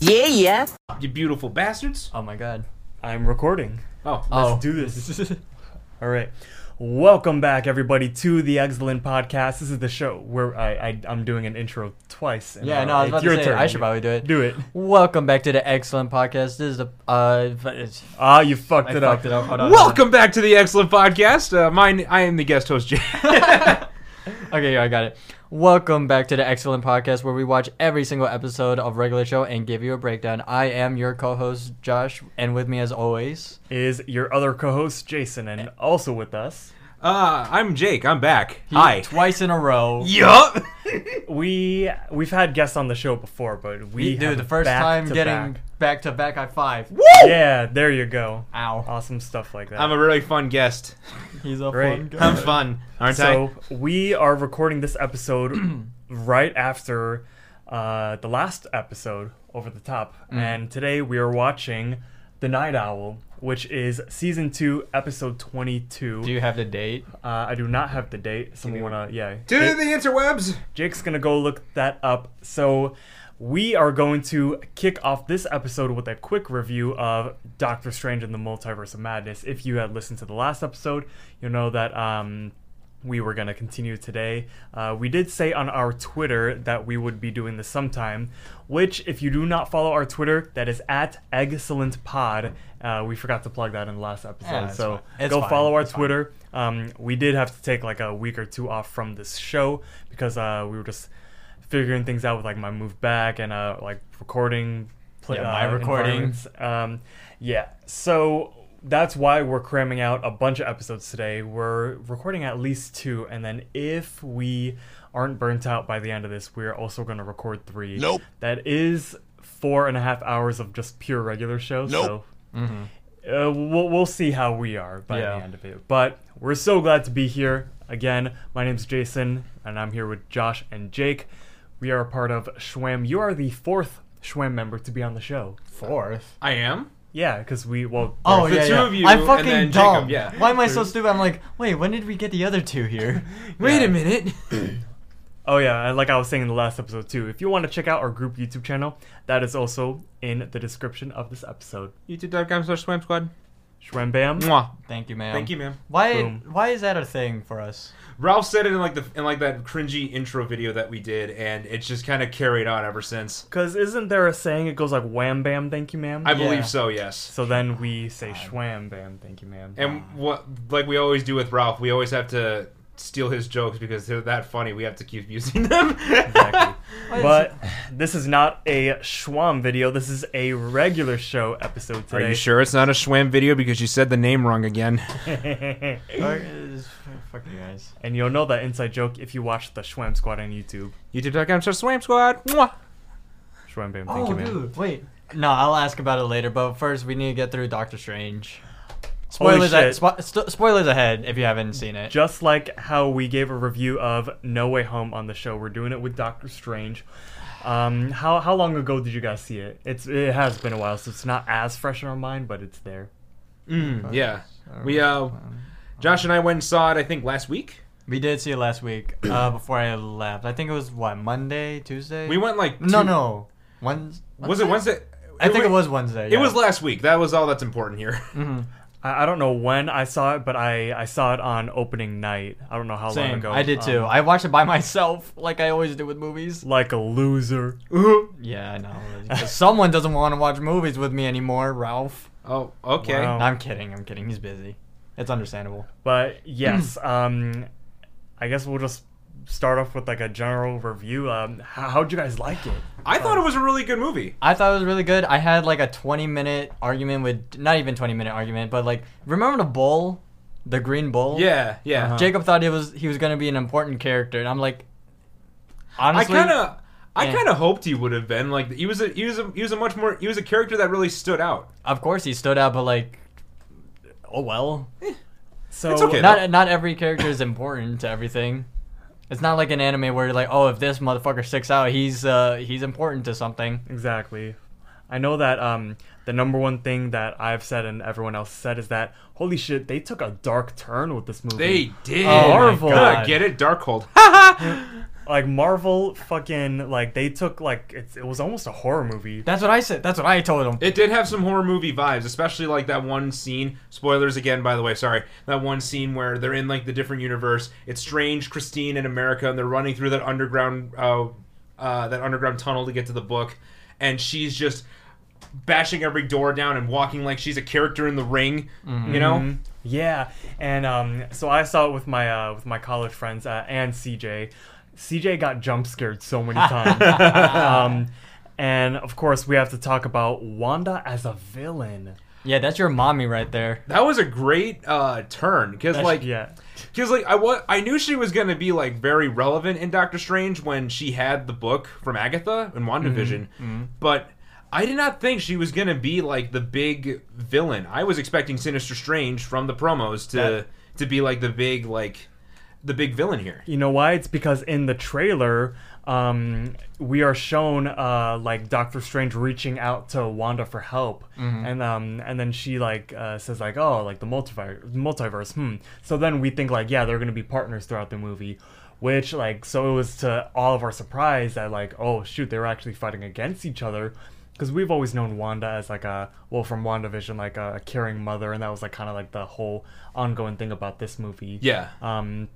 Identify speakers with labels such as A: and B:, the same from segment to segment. A: Yeah, yeah.
B: You beautiful bastards.
C: Oh my god.
D: I'm recording.
B: Oh,
C: Oh.
D: Let's do this. All right. Welcome back, everybody, to the Excellent Podcast. This is the show where I, I I'm doing an intro twice. and,
C: Yeah,
D: uh,
C: no, I was
D: it's
C: about
D: your
C: to say
D: turn.
C: I should probably do it.
D: do it.
C: Welcome back to the Excellent Podcast. This is the uh f- it's-
D: Ah, you fucked
C: I
D: it
C: fucked
D: up.
C: it up. Hold on.
B: Uh, Welcome back to the Excellent Podcast. Uh, mine, I am the guest host, Jay.
C: Okay, yeah, I got it. Welcome back to the Excellent Podcast where we watch every single episode of regular show and give you a breakdown. I am your co-host Josh and with me as always.
D: Is your other co-host Jason and also with us?
B: Uh, I'm Jake. I'm back. Hi.
C: Twice in a row.
B: Yup.
D: We we've had guests on the show before, but we
C: Dude,
D: have
C: the first
D: back
C: time
D: to
C: getting
D: back.
C: back to back high five.
D: Yeah, there you go.
C: Ow.
D: Awesome stuff like that.
B: I'm a really fun guest.
C: He's a
D: Great.
C: fun guy.
B: I'm fun, aren't
D: so we are recording this episode right after uh, the last episode over the top
C: Mm.
D: and today we are watching the night owl which is season 2 episode 22
C: Do you have the date?
D: uh, i do not have the date someone wanna yeah
B: I? To
D: Jake-
B: the interwebs.
D: jake's gonna go look that up so we are going to kick off this episode with a quick review of Doctor Strange and the Multiverse of Madness. If you had listened to the last episode, you'll know that um, we were going to continue today. Uh, we did say on our Twitter that we would be doing this sometime, which, if you do not follow our Twitter, that is at Excellent Pod. Uh, we forgot to plug that in the last episode,
C: Yeah, it's
D: so
C: fine. It's
D: go
C: fine.
D: follow our
C: It's fine.
D: Twitter. Um, we did have to take like a week or two off from this show because uh, we were just figuring things out with like my move back and uh, like recording play,
C: Yeah, my recording.
D: environments. Um, yeah, so that's why we're cramming out a bunch of episodes today. We're recording at least two, and then if we aren't burnt out by the end of this, we're also going to record three. Nope. That is four and a half hours of just pure regular show. So. Uh, we'll, we'll see how we are by
C: Yeah.
D: the end of it. But we're so glad to be here again. My name's Jason, and I'm here with Josh and Jake. We are a part of Schwam. You are the fourth Schwam member to be on the show.
C: Fourth.
B: I am.
D: Yeah, because we well.
C: Oh
B: The
C: yeah,
B: two
C: yeah.
B: of you
C: I'm
B: and
C: fucking
B: then Jacob,
C: dumb.
B: yeah.
C: Why am I so stupid? I'm like, wait, when did we get the other two here?
B: Wait a minute.
D: Oh yeah, and like I was saying in the last episode too. If you want to check out our group YouTube channel, that is also in the description of this episode.
B: YouTube.com slash swam squad.
D: Schwam Bam.
B: Mwah.
C: Thank you, ma'am.
B: Thank you, ma'am.
C: Why?
D: Boom.
C: Why is that a thing for us?
B: Ralph said it in like the in like that cringy intro video that we did, and it's just kind of carried on ever since.
D: Because isn't there a saying it goes like wham bam, thank you ma'am?
B: I
C: Yeah.
B: believe so. Yes.
D: so then we say schwam bam, thank you ma'am.
B: And what like we always do with Ralph, we always have to steal his jokes because they're that funny. We have to keep using them.
D: Exactly.
C: Why is
D: But this is not a Schwam video. This is a regular show episode today.
B: sure it's not a Schwam video because you said the name wrong again?
C: it- or is- fuck you guys.
D: and you'll know that inside joke if you watch the Schwam Squad on YouTube.
B: YouTube.com slash Swam Squad. Mwah.
D: Schwam Bam, thank you, man.
C: Oh, wait. No, I'll ask about it later. But first, we need to get through Doctor Strange.
D: Holy
C: Spoilers.
D: shit.
C: a- spo- st- spoilers ahead if you haven't seen it.
D: Just like how we gave a review of No Way Home on the show, we're doing it with Doctor Strange. Um, how how long ago did you guys see it? It's it has been a while, so it's not as fresh in our mind, but it's there.
B: Mm, yeah. We uh, Josh and I went and saw it. I think last week.
C: Um, we did see it last week uh, before I left. I think it was what Monday, Tuesday.
B: We went like
C: No,
B: two-
C: no. Wednesday.
B: Was it Wednesday?
C: I think it was Wednesday.
B: It
C: yeah. Mm-hmm.
B: was last week. That was all that's important here.
D: I, I don't know when I saw it, but I, I saw it on opening night. I don't know how long
C: Same.
D: ago.
C: I did too.
D: Um,
C: I watched it by myself, like I always do with movies.
D: like a loser.
B: Oh,
C: Yeah, I know. 'Cause Someone doesn't want to watch movies with me anymore, Ralph.
B: oh, okay.
D: Wow.
C: I'm kidding. I'm kidding. He's busy. It's understandable.
D: But yes, um, I guess we'll just start off with like a general review. Um, how, how'd you guys like it?
B: I thought it was a really good movie.
C: I thought it was really good. I had like a 20 minute argument with, not even 20 minute argument, but like, remember the bull? The green bull?
B: Yeah, yeah.
D: Uh-huh.
C: Jacob thought it was he was going to be an important character, and I'm like,
B: I
C: honestly.
B: kind of, I
C: Yeah.
B: kind of hoped he would have been like he was a he was a he was a much more he was a character that really stood out.
C: Of course he stood out, but like, oh well.
D: So
B: Eh. It's okay.
C: not not every character is important to everything. It's not like an anime where you're like, oh, if this motherfucker sticks out, he's uh he's important to something.
D: Exactly. I know that um, the number one thing that I've said and everyone else said is that holy shit, they took a dark turn with this movie.
B: They did.
C: Oh my
B: Marvel.
C: God.
B: Get it, Darkhold.
D: Like Marvel, fucking like they took like it's, it was almost a horror movie.
C: That's what I said. That's what I told him.
B: It did have some horror movie vibes, especially like that one scene. Spoilers again, by the way. Sorry, that one scene where they're in like the different universe. It's strange, Christine, and America, and they're running through that underground, uh, uh, that underground tunnel to get to the book, and she's just bashing every door down and walking like she's a character in the ring. You know,
D: Mm-hmm. Yeah, and um, so I saw it with my uh, with my college friends uh, and CJ. CJ got jump scared so many times, um, and of course we have to talk about Wanda as a villain.
C: Yeah, that's your mommy right there.
B: that was a great uh, turn because like
D: yeah,
B: Because like I was, I knew she was gonna be like very relevant in Doctor Strange when she had the book from Agatha and WandaVision, but I did not think she was gonna be like the big villain. I was expecting Sinister Strange from the promos to to be like the big like the big villain here.
D: you know why? It's because in the trailer, um, we are shown uh, like Doctor Strange reaching out to Wanda for help, and um, and then she like uh, says like, oh, like the multiverse, multiverse. Hmm. So then we think like, yeah, they're gonna be partners throughout the movie, which like, so it was to all of our surprise that like, oh shoot, they were actually fighting against each other. Because we've always known Wanda as like a well from WandaVision like a, a caring mother, and that was like kind of like the whole ongoing thing about this movie.
B: Yeah.
D: Um,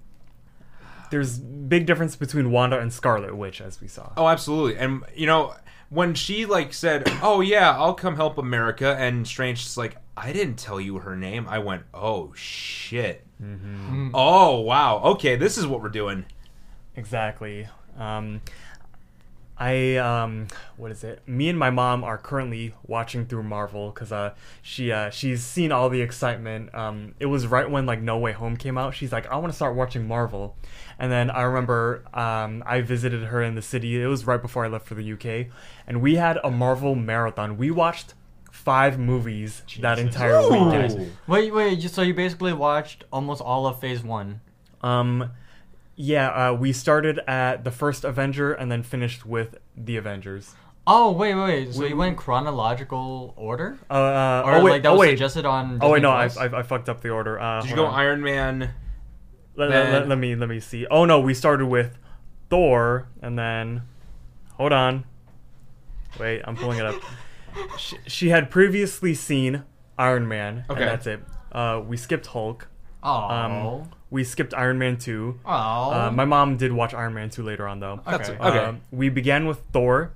D: there's big difference between Wanda and Scarlet Witch, as we saw.
B: Oh, absolutely. And you know when she like said, "Oh yeah, I'll come help America," and Strange is like, "I didn't tell you her name." I went, "Oh shit." Oh wow. Okay, this is what we're doing.
D: Exactly. Um, I um, what is it? Me and my mom are currently watching through Marvel because uh, she uh, she's seen all the excitement. Um, it was right when like No Way Home came out. She's like, I want to start watching Marvel, and then I remember um, I visited her in the city. It was right before I left for the UK, and we had a Marvel marathon. We watched five movies that entire
B: Ooh.
D: weekend.
C: Wait, wait. you- So you basically watched almost all of Phase One.
D: Um, yeah, uh, we started at the first Avenger and then finished with the Avengers.
C: Oh wait, wait. wait. So you went chronological order,
D: Uh, uh,
C: or
D: oh wait,
C: like that
D: oh
C: was
D: wait,
C: suggested on?
D: oh wait,
C: Disney
D: no, I,
C: Plus?
D: I, I fucked up the order. Uh,
B: Did you
D: hold
B: go
D: on.
B: Iron Man?
D: let, let- let-
B: Man?
D: let me let me see. Oh no, we started with Thor and then, hold on, wait, I'm pulling it up. she, she had previously seen Iron Man,
B: Okay.
D: and that's it. Uh, we skipped Hulk.
C: Oh.
D: Um, we skipped Iron Man two.
C: oh.
D: Uh, my mom did watch Iron Man 2 later on, though.
C: That's- Okay.
B: okay.
D: Um, we began with Thor,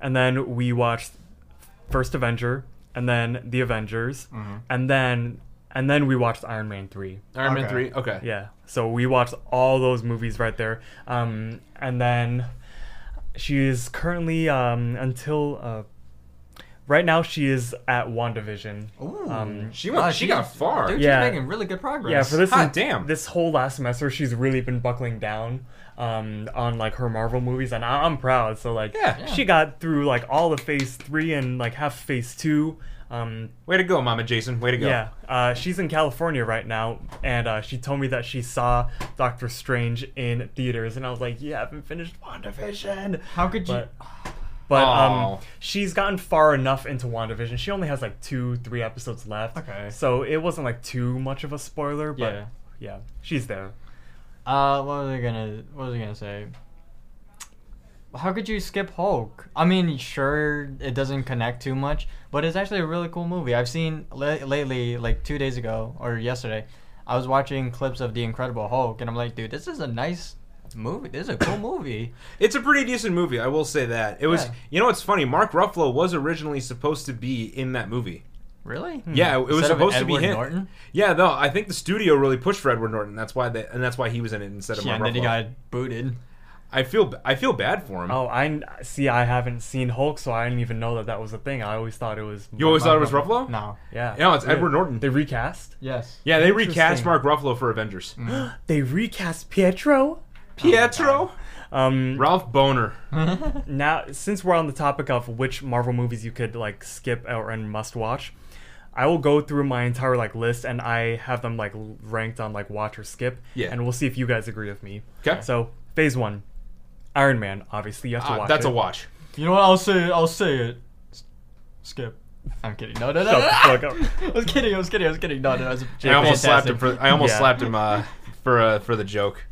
D: and then we watched First Avenger, and then The Avengers,
C: Mm-hmm.
D: and then and then we watched Iron Man 3.
B: Iron Man
C: Okay.
B: three. Okay.
D: Yeah. So we watched all those movies right there. Um, and then she is currently um, until uh, right now she is at WandaVision.
C: Ooh.
D: Um,
B: She went.
C: Wow,
B: she got
C: she's-
B: far.
C: Dude,
D: Yeah.
C: she's making really good progress.
D: Yeah, for this
B: Hot damn.
D: this whole last semester, she's really been buckling down um, on like her Marvel movies, and I- I'm proud. So like,
B: Yeah. Yeah.
D: she got through like all of Phase Three and like half Phase Two. Um,
B: Way to go, Mama Jason. Way to go.
D: yeah, uh, she's in California right now, and uh, she told me that she saw Doctor Strange in theaters, and I was like, "You haven't finished WandaVision."
C: How could you?
D: But, but um,
B: Aw.
D: she's gotten far enough into WandaVision. She only has like two, three episodes left.
C: Okay.
D: So it wasn't like too much of a spoiler, but
C: Yeah.
D: yeah, she's there.
C: Uh, what was I gonna? What was I gonna say? How could you skip Hulk? I mean, sure, it doesn't connect too much, but it's actually a really cool movie. I've seen la- lately, like two days ago or yesterday, I was watching clips of The Incredible Hulk, and I'm like, dude, this is a nice movie. This is a cool movie.
B: It's a pretty decent movie. I will say that. It was.
C: Yeah.
B: You know what's funny? Mark Ruffalo was originally supposed to be in that movie.
C: Really?
B: Yeah, it was
C: Instead of
B: supposed to be
C: Edward
B: him.
C: Norton?
B: Yeah, no, I think the studio really pushed for Edward Norton. That's why they, and that's why he was in it instead of
C: Yeah,
B: Mark
C: and then he
B: Ruffalo.
C: got booted.
B: I feel. b- I feel bad for him.
D: Oh, I see. I haven't seen Hulk, so I didn't even know that that was a thing. I always thought it was.
B: you always
D: Mark
B: thought it was Ruffalo?
C: No.
D: Yeah.
B: No, it's
D: Weird.
B: Edward Norton.
D: They recast.
C: Yes.
B: yeah, they recast
D: Interesting.
B: Mark Ruffalo for Avengers.
D: They recast Pietro.
B: Pietro,
D: Um,
B: Ralph Boner.
D: now since we're on the topic of which Marvel movies you could like skip or and must watch, I will go through my entire like list and I have them like l- ranked on like watch or skip.
B: Yeah.
D: And we'll see if you guys agree with me.
B: 'Kay.
D: So phase one, Iron Man. Obviously, you have to
B: Ah,
D: watch.
B: that's
D: it.
B: a watch.
C: You know what? I'll say it. I'll say it. S- Skip. I'm kidding. No, no, no.
D: Shut
C: no,
D: the
C: no.
D: fuck up.
C: I was kidding. I was kidding. I was kidding. No, no. I was
B: I almost slapped
C: fantastic.
B: him for. I almost
D: Yeah.
B: slapped him uh, for uh, for the joke.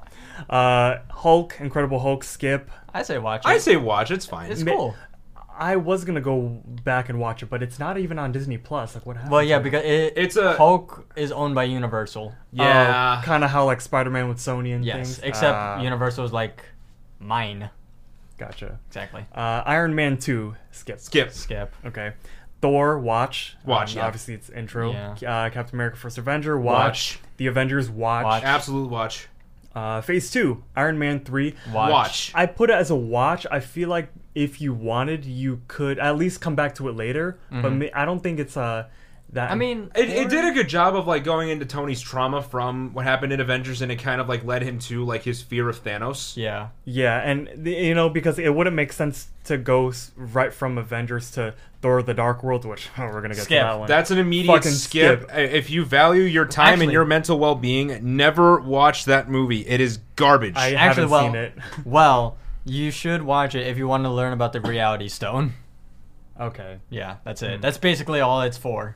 D: Uh, Hulk, Incredible Hulk, Skip.
C: I say watch it.
B: I say watch. It's fine.
C: it's
D: Ma-
C: cool.
D: I was gonna go back and watch it, but it's not even on Disney Plus. Like, what happened?
C: Well, yeah, because it,
B: It's a-
C: Hulk is owned by Universal. Um,
B: yeah.
D: kind of Oh, how like Spider-Man with Sony and
C: Yes,
D: things.
C: except
B: Uh,
D: Ah,
C: Universal is like mine.
D: Gotcha.
C: Exactly.
D: Uh, Iron Man two, Skip.
B: Skip.
C: Skip.
D: Okay. Thor, watch. Um,
B: Watch, yeah.
D: Obviously, it's intro.
C: Yeah.
D: Uh, Captain America: First Avenger,
B: Watch.
D: watch. The Avengers, watch.
C: Watch.
B: Absolute watch.
D: Uh, Phase two, Iron Man three.
C: Watch.
B: Watch.
D: I put it as a watch. I feel like if you wanted, you could at least come back to it later. But ma- I don't think it's uh that.
C: Mm-hmm. I mean,
B: It, it did a good job of like going into Tony's trauma from what happened in Avengers, and it kind of like led him to like his fear of Thanos.
C: Yeah.
D: yeah, and the- you know because it wouldn't make sense to go s- right from Avengers to Thor: The Dark World, which oh, we're gonna get
C: Skip.
D: to that one.
B: That's an immediate
D: Fucking
B: skip.
D: skip.
B: I- If you value your time and
C: Actually-
B: your mental well being, never watch that movie. It is garbage.
D: I
C: Actually,
D: haven't
C: well,
D: seen it.
C: well, you should watch it if you want to learn about the Reality Stone.
D: Okay.
C: Yeah, that's
B: Hmm.
C: it. That's basically all it's for.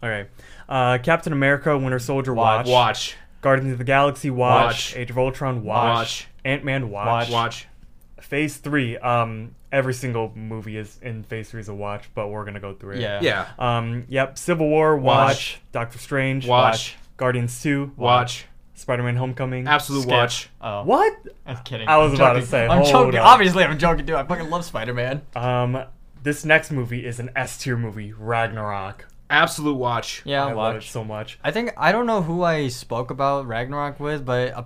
D: All right. Uh, Captain America, Winter Soldier, watch.
B: watch.
D: Guardians of the Galaxy, watch.
B: Watch.
D: Age of Ultron, watch.
B: Watch.
D: Ant Man, watch.
C: Watch.
B: Watch.
D: Phase three. Um, every single movie is in Phase three is a watch, but we're gonna go through it.
C: Yeah.
B: Yeah.
D: Um. Yep. Civil War, watch.
B: Watch.
D: Doctor Strange,
B: Watch.
D: Guardians two,
B: Watch.
D: Spider Man Homecoming,
B: Absolute
D: Skip.
B: watch.
C: Oh,
D: What?
C: I'm kidding.
D: I was
C: I'm
D: about to
C: joking.
D: say,
C: I'm
D: hold
C: joking.
D: up.
C: Obviously, I'm joking, dude. I fucking love Spider Man.
D: Um. This next movie is an S tier movie, Ragnarok.
B: Absolute watch.
C: Yeah,
D: I love it
C: watch.
D: so much.
C: I think I don't know who I spoke about Ragnarok with, but uh,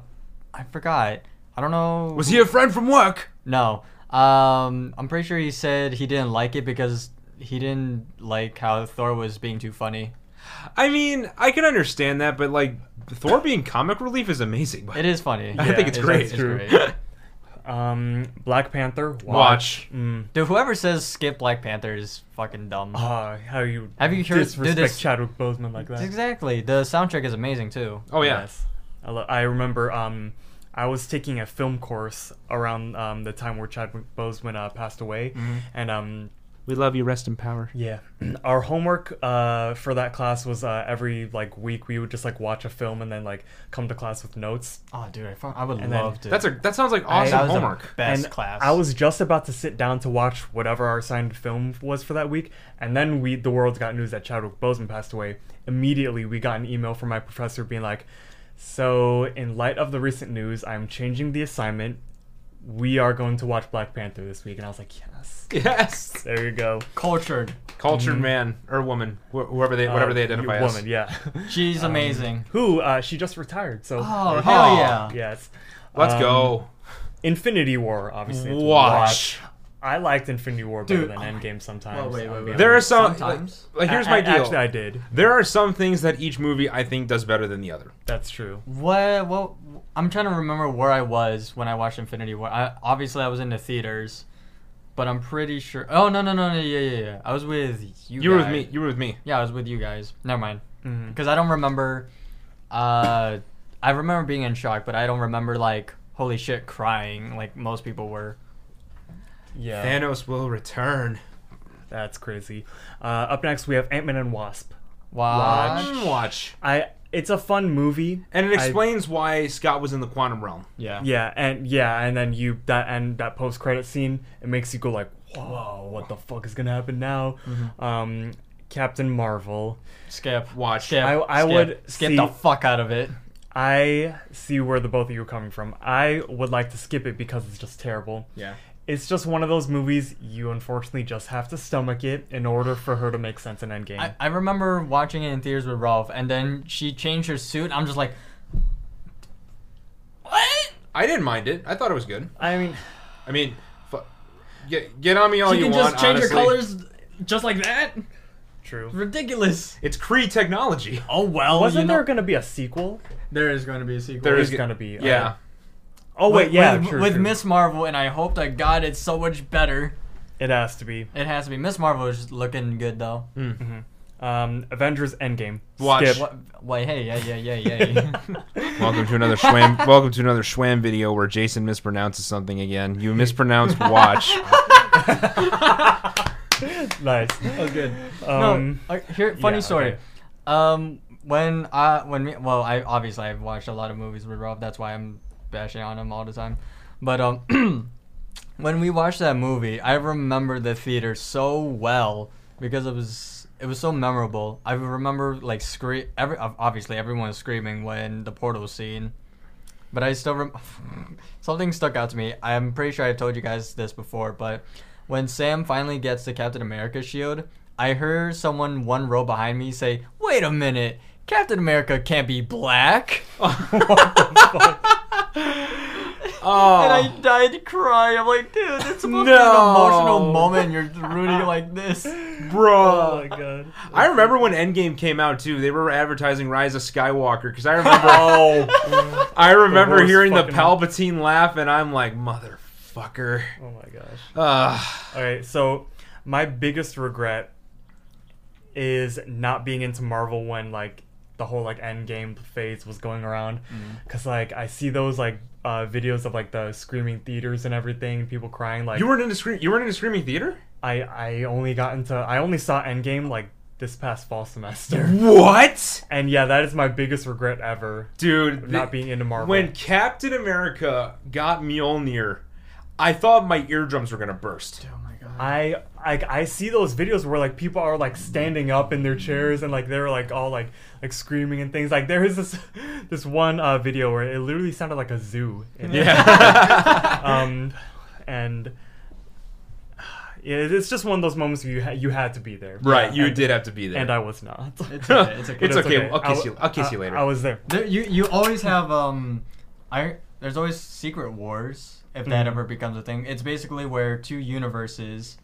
C: I forgot. I don't know.
B: Was he a friend from work?
C: No. Um, I'm pretty sure he said he didn't like it because he didn't like how Thor was being too funny.
B: I mean, I can understand that, but like Thor being comic relief is amazing. But
C: It is funny.
B: I think it's
D: Yeah,
B: great.
D: that's true. Um. Black Panther,
B: watch.
D: Mm.
C: Dude, whoever says skip Black Panther is fucking dumb.
D: Uh, how you
C: Have you heard- did
D: disrespect
C: this-
D: Chadwick Boseman like that?
C: Exactly. The soundtrack is amazing too.
B: Oh yeah.
D: Yes. I, lo- I remember um, I was taking a film course around um, the time where Chadwick Boseman uh, passed away,
B: Mm-hmm.
D: and um,
B: We love you. Rest in power.
D: yeah, our homework uh, for that class was uh, every like week we would just like watch a film and then like come to class with notes.
C: Oh, dude, I, fu- I would
D: And then-
C: love to.
B: That's a that sounds like
C: That
B: awesome
C: was the
B: homework.
C: best
D: and
C: class.
D: I was just about to sit down to watch whatever our assigned film was for that week, and then we the world got news that Chadwick Boseman passed away. Immediately, we got an email from my professor being like, "So, in light of the recent news, I'm changing the assignment. We are going to watch Black Panther this week." And I was like, "Yes,
B: Yes.
D: there you go."
C: cultured.
B: Cultured man or woman, wh- whoever they whatever
D: Uh,
B: they
D: you-
B: identify as.
D: woman, yeah.
C: She's amazing.
D: Who? Uh, she just retired, so
C: Oh,
D: there-
C: hell
B: Aw.
C: yeah.
D: yes.
B: Let's
D: Um,
B: go.
D: Infinity War, obviously. it's a
B: Watch.
D: I liked Infinity War better
C: Dude,
D: than
C: oh my-
D: Endgame sometimes.
C: Well, wait,
D: I'll
C: wait,
D: be
C: wait.
B: There are
D: honest.
B: some
C: Sometimes.
B: Like, like, here's
D: A-
B: my
D: a-
B: deal.
D: Actually, I did.
B: there are some things that each movie I think does better than the other.
D: That's true.
C: What? Well, I'm trying to remember where I was when I watched Infinity War. I, obviously, I was in the theaters, but I'm pretty sure. Oh no no no no yeah yeah yeah. I was with you.
B: You were with
C: guys.
B: me. You were with me.
C: Yeah, I was with you guys. Never mind,
D: Mhm.
C: because I don't remember. Uh, I remember being in shock, but I don't remember like holy shit crying like most people were.
D: Yeah,
B: Thanos will return.
D: that's crazy. Uh, up next, we have Ant Man and Wasp.
C: Watch.
D: Watch.
B: Mm, Watch.
D: I. It's a fun movie.
B: And it
D: I-
B: explains why Scott was in the quantum realm.
C: Yeah.
D: yeah, and yeah, and then you that and that post credit scene. It makes you go like, "Whoa, what the fuck is gonna happen now?"
B: Mm-hmm.
D: Um, Captain Marvel.
C: Skip.
B: Watch.
C: Skip.
D: I- I
C: skip,
D: would
C: skip
D: see-
C: the fuck out of it.
D: I see where the both of you are coming from. I would like to skip it because it's just terrible.
B: Yeah.
D: It's just one of those movies you unfortunately just have to stomach it in order for her to make sense in Endgame.
C: I, I remember watching it in theaters with Rolf, and then she changed her suit. I'm just like, what?
B: I didn't mind it. I thought it was good.
D: I mean,
B: I mean, fu- get get on me all
C: she
B: you
C: can
B: want.
C: just change
B: honestly.
C: her colors just like that.
D: true.
C: Ridiculous.
B: It's Cree technology.
C: Oh well.
D: Wasn't there going to be a sequel?
C: there is going to be a sequel.
B: There
D: There's
B: is
D: going to be.
B: Yeah.
D: uh, oh wait,
C: with,
D: yeah.
C: with,
D: true,
C: with
D: true.
C: Miss Marvel, and I hope that God it's so much better.
D: It has to be.
C: It has to be. Miss Marvel is looking good though.
D: Um, Avengers Endgame.
B: Watch.
D: Skip.
C: What, wait, hey, yeah, yeah, yeah, yeah.
B: Welcome to another Schwam. welcome to another Schwam video where Jason mispronounces something again. You mispronounced watch.
D: nice.
C: was good.
D: Um,
C: no, uh, here, funny
D: yeah,
C: story.
D: okay.
C: Um, when I when me, well, I obviously I've watched a lot of movies with Rob. That's why I'm bashing on him all the time. But um, when we watched that movie, I remember the theater so well because it was it was so memorable. I remember like scream. Every obviously everyone was screaming when the portal scene. But I still rem- something stuck out to me. I'm pretty sure I've told you guys this before, but when Sam finally gets the Captain America shield, I heard someone one row behind me say, "Wait a minute, Captain America can't be black." And I
B: Oh,
C: died crying. I'm like, dude, it's supposed to be
B: No.
C: an emotional moment. and You're ruining it like this.
D: Oh
B: bro.
D: my god.
B: I remember when Endgame came out too. They were advertising Rise of Skywalker because I remember
D: Oh.
B: I remember
D: worst
B: hearing the
D: fucking-
B: Palpatine laugh, and I'm like, motherfucker.
D: oh my gosh.
B: Uh,
D: All right, so my biggest regret is not being into Marvel when like the whole like Endgame phase was going around,
B: Mm-hmm.
D: because like I see those like uh, videos of like the screaming theaters and everything, people crying. Like
B: you weren't into scream. You weren't into screaming theater.
D: I, I only got into I only saw Endgame like this past fall semester,
B: What,
D: and yeah, that is my biggest regret ever.
B: dude?
D: Not
B: the-
D: being into Marvel.
B: When Captain America got Mjolnir, I thought my eardrums were gonna burst.
C: Oh my god.
D: I like I see those videos where like people are like standing up in their chairs and like they're like all like like screaming and things. Like there is this this one uh, video where it literally sounded like a zoo. in it.
B: Yeah.
D: um, and yeah, it- it's just one of those moments where you ha- you had to be there.
B: right,
D: Yeah,
B: you
D: and,
B: did have to be there.
D: and I was not.
C: It's okay. It's okay.
D: But
B: It's okay. I'll
D: I
B: kiss
D: w-
B: you- I'll kiss
D: I-
B: you later.
D: I was there.
C: There, you you always have um, I there's always secret wars if that
D: Mhm.
C: ever becomes a thing. It's basically where two universes,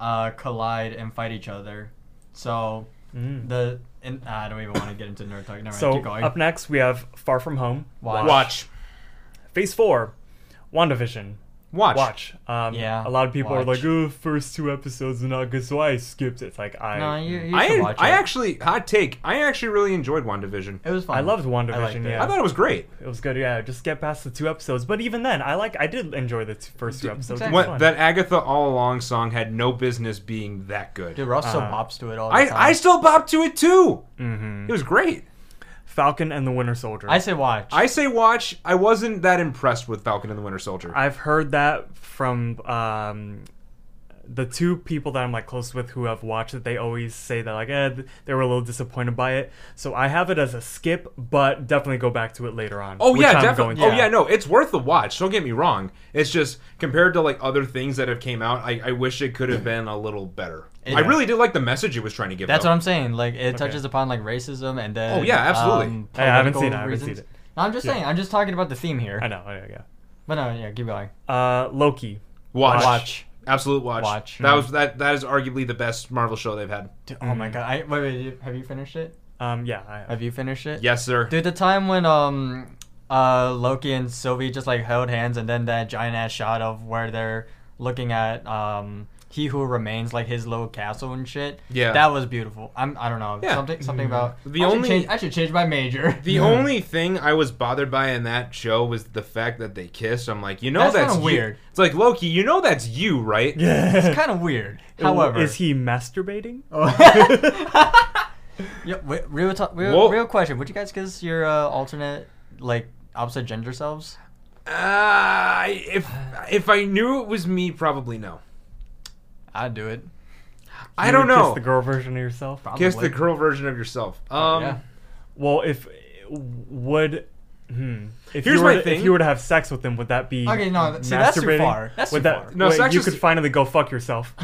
C: uh, collide and fight each other. So
D: Mm.
C: the and ah, I don't even want to get into nerd talk. Never
D: so
C: keep going.
D: up next we have Far From Home.
C: Watch.
B: watch,
D: Phase four, WandaVision.
B: watch,
D: watch. Um,
C: Yeah,
D: A lot of people are
C: watch.
D: like, oh, first two episodes are not good, so I skipped it. It's like, I
C: no, you, you should
B: I,
C: watch
B: I
C: it.
B: actually hot take. I actually really enjoyed WandaVision.
C: it was fun.
D: I loved WandaVision,
C: I liked it.
D: yeah.
B: I thought it was great.
D: it was good, yeah, just get past the two episodes. But even then, I like, I did enjoy the t- first two episodes.
C: exactly.
D: It was fun.
B: What, that Agatha All Along song had no business being that good.
C: Dude, Ross still
D: Uh,
C: bops to it all the time. Mm-hmm.
B: I, I still bopped to it too.
D: Mhm.
B: It was great.
D: Falcon and the Winter Soldier.
C: I say watch.
B: I say watch. I wasn't that impressed with Falcon and the Winter Soldier.
D: I've heard that from um, the two people that I'm like close with who have watched it. They always say that like eh, th- they were a little disappointed by it. So I have it as a skip, but definitely go back to it later on.
B: Oh
D: which
B: yeah,
D: I'm
B: definitely.
D: going
B: Oh
D: to.
B: yeah, no, it's worth the watch. Don't get me wrong. It's just compared to like other things that have came out, I, I wish it could have been a little better.
C: It-
B: I really did like the message it was trying to give.
C: That's
B: though.
C: what I'm saying. Like it touches upon like racism and then
B: Oh, yeah, absolutely.
C: um,
D: I haven't seen
C: political
D: it, I haven't
C: reasons.
D: seen it.
C: No, I'm just
D: Yeah.
C: saying. I'm just talking about the theme here.
D: I know. I know. Yeah.
C: But no, yeah, keep going.
D: Uh, Loki.
B: watch.
C: Watch.
B: Absolute watch.
C: Watch.
B: That was that. That is arguably the best Marvel show they've had.
C: Dude, Oh
B: Mm.
C: my god! I, wait, wait. you- Have you finished it?
D: Um, yeah, I,
C: Have you finished it?
B: Yes, sir.
C: Dude, the time when um uh Loki and Sylvie just like held hands, and then that giant ass shot of where they're looking at um he who remains like his little castle and shit.
B: Yeah.
C: that was beautiful. I'm I don't know
B: Yeah.
C: something something about
B: The
C: I should
B: only-
C: change- I should change my major.
B: The only thing I was bothered by in that show was the fact that they kissed. I'm like, you know,
C: That's
B: that's,
C: kinda
B: you.
C: weird.
B: It's like Loki, you know, that's you, right?
D: yeah.
C: it's kind of weird.
B: Oh,
C: However,
D: is he masturbating?
C: Yeah, wait, real, to- real,
B: Whoa.
C: real question. Would you guys kiss your uh, alternate, like, opposite gender selves?
B: Uh, if if I knew it was me, probably no.
C: I'd do it.
B: I
D: You
B: don't
D: would
B: know.
D: Kiss the girl version of yourself.
C: Probably.
B: Kiss the girl version of yourself. Um,
C: Oh, yeah.
D: Well, if would. Hmm. If
B: Here's
D: you were
B: my
D: to, If
B: thing.
D: you were to have sex with him, would that be
C: Okay, no, th- see, that's too
D: masturbating?
C: far. That's
D: would
C: too
D: that,
C: far.
B: No,
D: wait,
B: sex
D: you
B: is-
D: could finally go fuck yourself.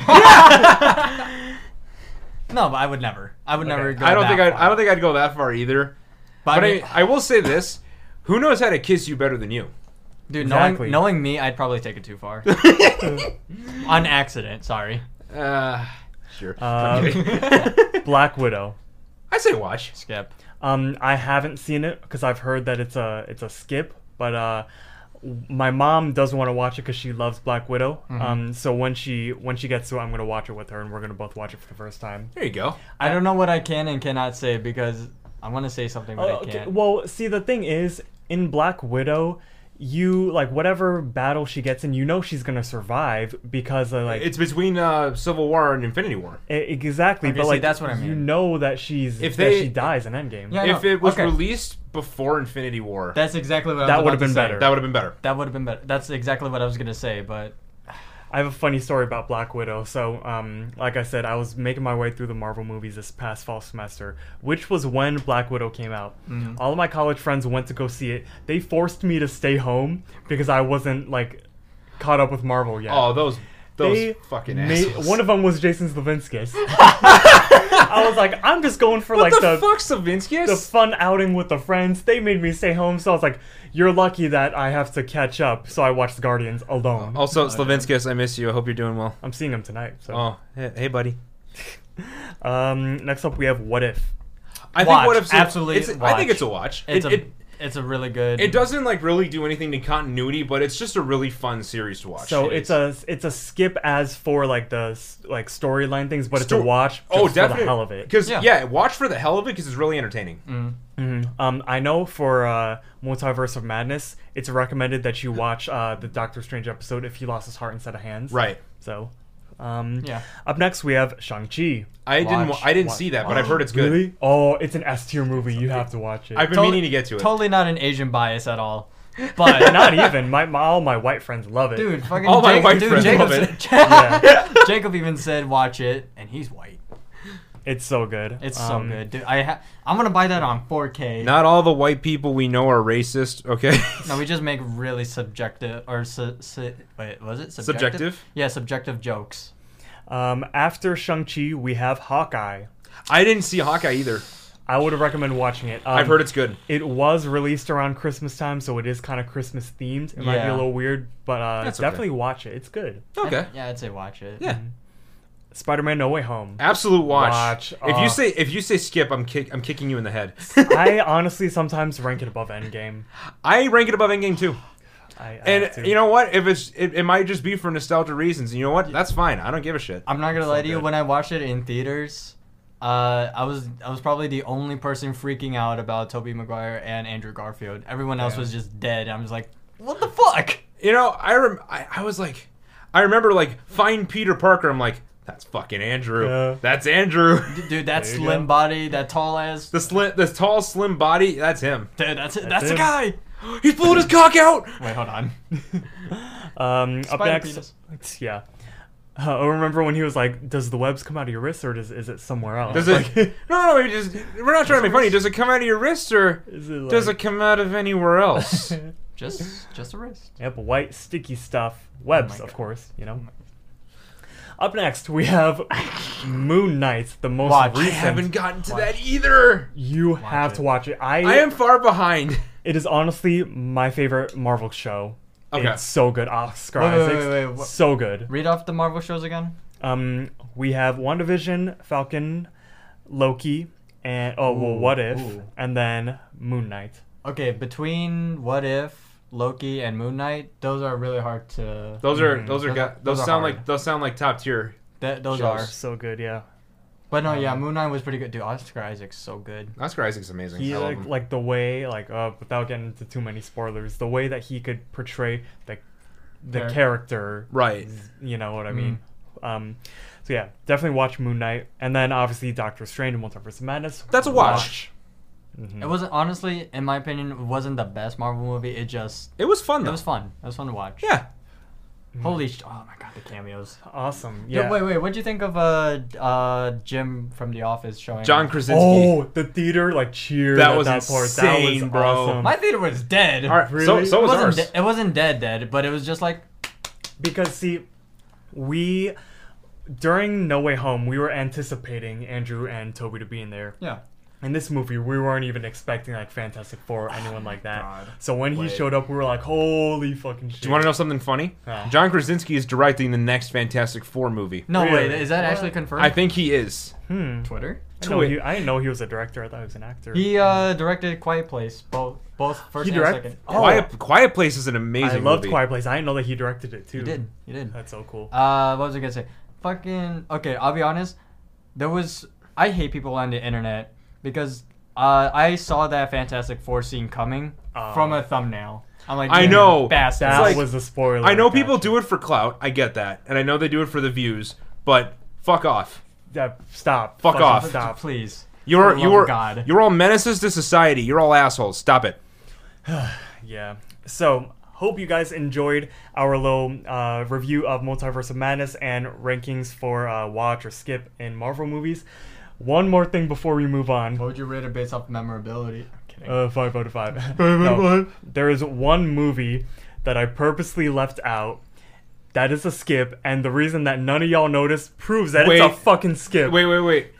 C: No, but I would never. I would never
D: Okay.
C: go.
B: I don't think I'd,
C: that
B: I don't think I'd go that far either.
C: far.
B: But
C: But I mean,
B: I, I will say this: Who knows how to kiss you better than you?
C: dude,
D: Exactly.
C: knowing, knowing me, I'd probably take it too far. On accident. Sorry.
B: Uh, sure.
D: Um, Black Widow.
B: I say watch.
C: Skip.
D: Um, I haven't seen it because I've heard that it's a it's a skip, but uh, w- my mom does want to watch it because she loves Black Widow.
C: Mm-hmm.
D: Um, so when she when she gets to it, I'm gonna watch it with her, and we're gonna both watch it for the first time.
B: There you go.
C: I don't know what I can and cannot say because I want to say something, but
D: Oh,
C: I
D: okay,
C: can't.
D: Well, see, the thing is, in Black Widow, you like whatever battle she gets in, you know she's gonna survive because of, like
B: it's between uh, Civil War and Infinity War.
D: e- exactly.
C: Okay,
D: but
C: see,
D: like
C: that's what I
D: You
C: mean.
D: know that she's
B: If
D: if
B: they-
D: she dies in Endgame.
C: Yeah, I
B: If
C: know.
B: it was
C: Okay.
B: released before Infinity War, that,
C: That's exactly what I
D: That
C: was
D: would've
C: about to
D: been
C: say.
D: better.
B: would have been better.
C: That would have been better. That's exactly what I was gonna say, but
D: I have a funny story about Black Widow. So, um, like I said, I was making my way through the Marvel movies this past fall semester, which was when Black Widow came out.
C: Mm-hmm.
D: All of my college friends went to go see it. They forced me to stay home because I wasn't like caught up with Marvel yet.
B: Oh, those those
D: They
B: fucking
D: ma-
B: assholes.
D: One of them was Jason Slavinskis. I was like, I'm just going for
B: what
D: like
B: the,
D: the
B: fuck, Savinskis?
D: the fun outing with the friends. They made me stay home, so I was like, "You're lucky that I have to catch up." So I watched Guardians alone.
B: also, Slavinskis, I miss you. I hope you're doing well.
D: I'm seeing him tonight. So,
B: Oh, hey, hey, buddy.
D: um, next up we have What If.
B: I
C: Watch.
B: think what I've seen,
C: Absolutely
B: it's- I
C: watch.
B: think it's a watch.
C: it's
B: it,
C: a
B: it,
C: it's a really good.
B: it doesn't like really do anything to continuity, but it's just a really fun series to watch.
D: So it's a it's a skip as for like the s- like storyline things, but it's a
B: Sto-
D: watch just
B: oh,
D: for
B: definitely
D: the hell of it.
B: Because
C: Yeah.
B: yeah. watch for the hell of it because it's really entertaining.
D: Mhm. Um, I know for uh, Multiverse of Madness, it's recommended that you watch uh, the Doctor Strange episode if he lost his heart instead of hands.
B: Right.
D: So, um,
C: Yeah.
D: Up next we have Shang Chi.
B: I didn't. wa-
C: Watch,
B: I didn't
C: watch,
B: see that, but
C: watch.
B: I've heard it's good.
D: Really? Oh, it's an S tier movie. You have to watch it.
B: I've been
C: Totally-
B: meaning to get to it.
C: totally not an Asian bias at all. But
D: Not even my, my all my white friends love it.
C: dude, fucking
B: All my
C: Jacob,
B: white
C: dude,
B: friends
C: Jacob,
B: love it.
D: Yeah.
C: Jacob even said watch it, and he's white.
D: it's so good.
C: It's
D: Um,
C: so good, dude. I ha- I'm gonna buy that on 4K.
B: Not all the white people we know are racist. Okay.
C: No, we just make really subjective or su- su- wait, was it subjective?
B: Subjective?
C: Yeah, subjective jokes.
D: Um, after Shang Chi, we have Hawkeye.
B: I didn't see Hawkeye either.
D: I would recommend watching it. Um,
B: I've heard it's good.
D: It was released around Christmas time, so it is kind of Christmas themed. It might be
C: Yeah.
D: a little weird, but uh,
B: That's okay.
D: definitely watch it. It's good.
B: Okay.
C: Yeah, I'd say watch it. Mm-hmm.
B: Yeah.
D: Spider-Man: No Way Home.
B: Absolute watch.
D: Watch,
B: if
D: uh,
B: you say if you say skip, I'm kick, I'm kicking you in the head.
D: I honestly sometimes rank it above Endgame.
B: I rank it above Endgame too.
D: I, I have
B: And
D: to.
B: you know what? If it's it, it might just be for nostalgia reasons. You know what? That's fine. I don't give a shit.
C: I'm not gonna
D: So
C: lie to you.
D: good.
C: When I watched it in theaters, uh, I was I was probably the only person freaking out about Tobey Maguire and Andrew Garfield. Everyone else
D: Yeah.
C: was just dead. I was like, what the fuck?
B: You know, I rem- I, I was like, I remember like find Peter Parker. I'm like, that's fucking Andrew.
D: Yeah.
B: That's Andrew.
C: D- Dude, that
D: There you
C: slim
D: go.
C: body, that tall ass.
B: the slim, the tall, slim body. That's him.
C: Dude, that's it. That's the
D: him.
C: guy.
B: He's pulling his cock out.
C: Wait, hold on.
D: um, up
C: Spider
D: next, yeah. Uh, I remember when he was like, "Does the webs come out of your wrist, or does, is it somewhere else?"
B: Does
D: like,
B: it? No, no, no. we Just, we're not trying to make funny. Does it come out of your wrist or
D: is it like,
B: does it come out of anywhere else?
C: Just just a wrist.
D: Yep, white sticky stuff. Webs,
C: Oh God. Oh
D: of course, you know. Up next, we have Moon Knight, the most
C: Watch. I
B: I
D: recent.
B: haven't gotten to that either.
D: You have
C: it.
D: to watch it. I,
B: I am far behind.
D: It is honestly my favorite Marvel show.
B: Okay.
D: It's so good. Oscar
C: Wait, wait, wait,
D: Isaacs,
C: wait, wait, what-
D: so good.
C: Read off the Marvel shows again.
D: Um, we have WandaVision, Falcon, Loki, and oh well,
C: Ooh,
D: What If,
C: ooh.
D: and then Moon Knight.
C: Okay, between What If, Loki, and Moon Knight, those are really hard to.
B: Those are
D: Mhm.
B: those are
C: Mm, Those
B: got,
C: are-
B: those,
C: those are
B: sound
C: hard.
B: like those sound like top tier.
C: Th- those
B: Shows.
C: are.
D: So good, yeah.
C: But no, yeah, Moon Knight was pretty good. Dude, Oscar Isaac's so good.
B: Oscar Isaac's amazing.
D: He
B: I love
D: like,
B: him.
D: like the way like uh, without getting into too many spoilers, the way that he could portray the the
C: Char-
D: character,
B: right. Mm.
D: you know what I mean. Um, so yeah, definitely watch Moon Knight, and then obviously Doctor Strange and Multiverse of Madness.
B: That's a watch. Mm-hmm.
D: Mhm.
C: It wasn't honestly, in my opinion, it wasn't the best Marvel movie. It just
B: It was fun
C: it
B: though.
C: was fun. It was fun to watch.
B: Yeah.
C: Holy sh! Oh my god, the cameos.
D: awesome.
C: Yeah.
D: Yeah.
C: wait, wait. What'd you think of uh uh Jim from The Office showing?
B: John Krasinski.
D: Oh, the theater like cheered
B: That
D: at
B: was
D: that part. that
B: insane,
D: was
B: bro.
D: awesome.
C: My theater was dead.
B: All right. So
D: Really?
B: so
C: It
B: was
C: wasn't,
B: ours.
C: de- it wasn't dead, dead, but it was just like
D: Because see, we during No Way Home, we were anticipating Andrew and Toby to be in there.
C: yeah.
D: In this movie, we weren't even expecting like Fantastic Four or anyone like that.
B: God.
D: So when
B: Wait.
D: he showed up, we were like, "Holy fucking shit!"
B: Do you want to know something funny?
D: Huh.
B: John Krasinski is directing the next Fantastic Four movie.
C: No
D: Really?
C: wait, is that actually confirmed?
B: I think he is.
D: Hmm.
C: Twitter.
D: I, know he, I didn't know he was a director. I thought he was an actor.
C: He uh directed Quiet Place, both both first
D: He
C: and
D: direct-
C: second.
D: Oh.
B: Quiet Quiet Place is an
D: I
B: amazing
D: loved
B: movie.
D: Quiet Place. I didn't know that he directed it too.
C: you did, you did.
D: That's so cool.
C: Uh, what was I gonna say? Fucking okay. I'll be honest. There was I hate people on the internet because uh, I saw that Fantastic Four scene coming
D: Uh,
C: from a thumbnail. I'm like,
B: I
C: you
B: know.
C: bastard.
B: It's
D: that
B: like-
D: was the spoiler.
B: I know
D: gotcha.
B: people do it for clout. I get that, and I know they do it for the views. But fuck off.
D: Yeah, stop.
B: Fuck
D: Fucking
B: off.
D: Stop.
C: please. For
B: You're
C: the love
B: you're
C: of God.
B: you're all menaces to society. You're all assholes. Stop it.
D: Yeah. So hope you guys enjoyed our little uh, review of Multiverse of Madness and rankings for uh, watch or skip in Marvel movies. One more thing before we move on.
B: Oh,
C: What would you rate it based off memorability? I'm kidding.
D: Uh, five out of five. No. There is one movie that I purposely left out. That is a skip, and the reason that none of y'all noticed proves that it's a
B: Wait.
D: fucking skip.
B: Wait, wait, wait.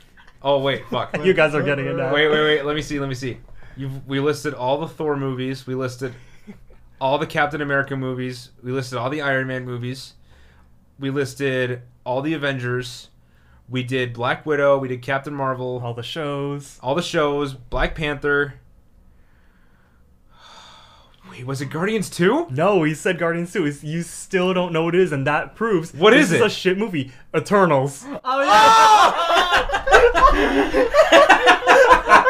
B: Oh wait, fuck.
D: You guys are getting it now.
B: Wait, wait, wait. Let me see. Let me see. You've, we listed all the Thor movies. We listed all the Captain America movies. We listed all the Iron Man movies. We listed all the Avengers. We did Black Widow. We did Captain Marvel.
D: All the shows.
B: All the shows. Black Panther. Wait, was it Guardians 2?
D: No, he said Guardians 2. He's- You still don't know what it is, and that proves
B: What
D: this
B: is
D: is
B: it?
D: a shit movie. Eternals.
C: oh yeah.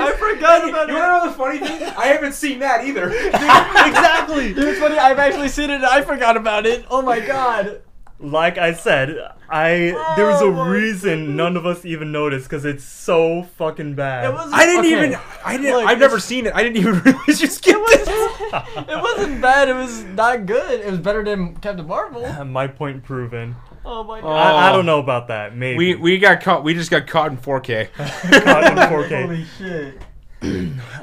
B: I
C: I forgot about
B: You
C: it.
B: wanna know the funny thing? I haven't seen that either.
D: exactly.
C: Dude, it's funny. I've actually seen it. and I forgot about it. Oh my god.
D: Like I said, I there's
C: Oh
D: a
C: my
D: reason
C: goodness.
D: none of us even noticed because it's so fucking bad.
C: It was.
B: I didn't
C: okay.
B: even. I didn't.
C: Look,
B: I've never
C: it's-
B: seen it. I didn't even realize you skipped it.
C: it wasn't bad. It was not good. It was better than Captain Marvel.
D: my point proven.
C: Oh my
B: Oh,
C: god.
D: I, I don't know about that. Maybe
B: We we got caught. We just got caught in 4K.
D: Caught in 4K.
C: Holy shit.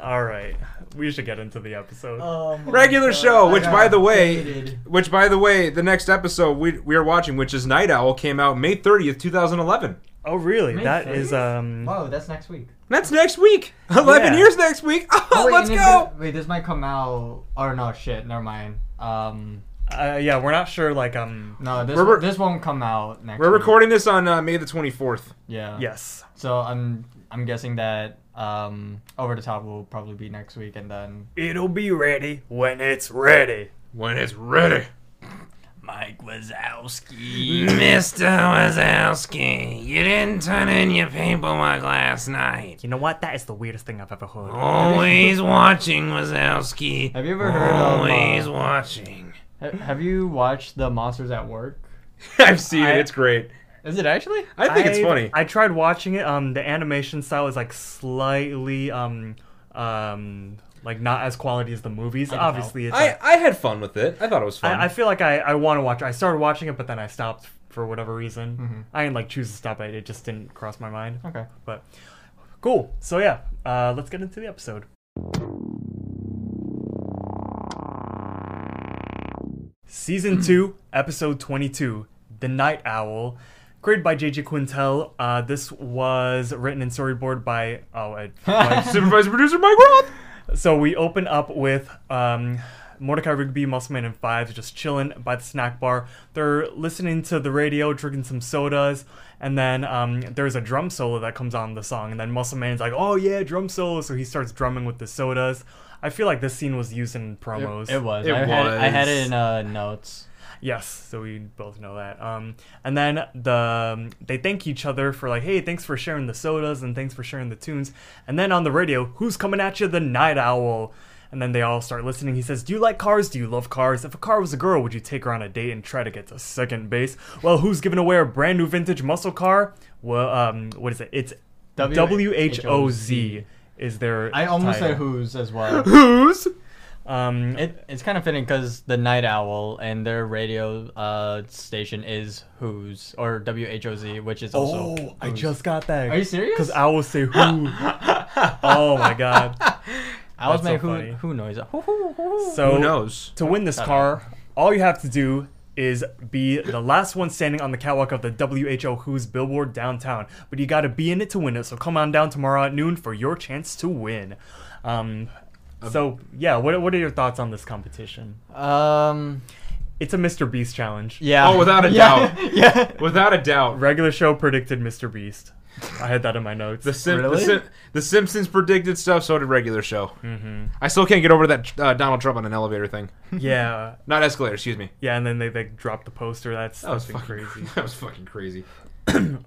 D: All right, we should get into the episode.
C: Oh my
B: Regular
C: God.
B: show,
C: I
B: which
C: got
B: by the way,
C: baited.
B: which by the way, the next episode we we are watching, which is Night Owl, came out May 30th, 2011.
D: oh really?
C: May
D: That
C: thirtieth?
D: is um.
C: Whoa, that's next week.
B: That's next week. 11
D: Yeah.
B: years next week. Oh,
C: wait,
B: let's
C: and
B: go.
C: it's gonna- wait, this might come out. Or no, shit. Never mind. Um,
D: Uh, yeah, we're not sure. Like um.
C: no, this
B: We're-
C: this won't come out next.
B: We're
C: week.
B: recording this on uh, May the 24th.
C: Yeah.
D: Yes.
C: So I'm I'm guessing that um over the top will probably be next week, and then
D: It'll be ready when it's ready.
B: When it's ready.
C: Mike Wazowski.
B: Mr. Wazowski, you didn't turn in your paperwork last night.
D: You know what? That is the weirdest thing I've ever heard.
B: Always watching, Wazowski.
C: Have you ever heard of, uh,
B: watching.
C: Ha- Have you watched the Monsters at Work?
B: I've seen
D: I-
B: it. It's great.
C: Is it actually?
B: I think it's funny.
D: I tried watching it. Um, the animation style is like slightly um um like not as quality as the movies.
C: I can tell.
D: Obviously, it's.
B: I,
D: a-
B: I had fun with it. I thought it was fun.
D: I, I feel like I, I want to watch. I started watching it, but then I stopped for whatever reason. I didn't like choose to stop it. It just didn't cross my mind.
C: Mm-hmm. Okay.
D: But cool. So yeah, uh, let's get into the episode. Season two, episode twenty-two, "The Night Owl," created by J.J. Quintel. Uh, this was written and storyboard by oh, it,
B: Supervisor producer Mike Roth.
D: so we open up with um, Mordecai Rigby, Musselman, and Fives just chilling by the snack bar. They're listening to the radio, drinking some sodas, and then um, there's a drum solo that comes on the song. And then Musselman's like, "Oh yeah, drum solo!" So he starts drumming with the sodas. I feel like this scene was used in promos.
C: It was.
B: It
C: I, Had, I had
B: was.
C: it in uh, notes.
D: Yes, so we both know that. Um, and then the um, they thank each other for like, hey, thanks for sharing the sodas and thanks for sharing the tunes. And then on the radio, who's coming at you? The night owl. And then they all start listening. He says, "Do you like cars? Do you love cars? If a car was a girl, would you take her on a date and try to get to second base?" Well, who's giving away a brand new vintage muscle car? Well, um, what is it? It's
C: W-
D: W H O Z is their.
C: I almost
D: title.
C: said who's as well.
B: Who's?
D: Um,
C: It, it's kind of fitting because the Night Owl and their radio uh, station is Who's or W H O Z, which is also.
D: Oh, I just got that.
C: Are you serious?
D: Because I will say who. oh my god.
C: I was
D: that's so
C: making
D: funny.
C: who, who noise. Hoo, hoo, hoo.
D: So
B: Who knows?
D: to win this car, all you have to do is be the last one standing on the catwalk of the WHO Who's billboard downtown. But you got to be in it to win it. So come on down tomorrow at noon for your chance to win. Um, so yeah, what what are your thoughts on this competition?
C: um,
D: It's a Mr. Beast challenge.
C: yeah.
B: Oh, without a
C: Yeah.
B: doubt.
C: yeah.
B: Without a doubt.
D: Regular show predicted Mr. Beast. I had that in my notes.
B: The, Sim-
C: Really?
B: the, Sim- the Simpsons predicted stuff, so did regular show.
D: Mm-hmm.
B: I still can't get over that uh, Donald Trump on an elevator thing.
D: yeah,
B: Not escalator, excuse me.
D: yeah, and then they they dropped the poster. That's
B: That was
D: something
B: fucking
D: crazy.
B: crazy. That was fucking crazy.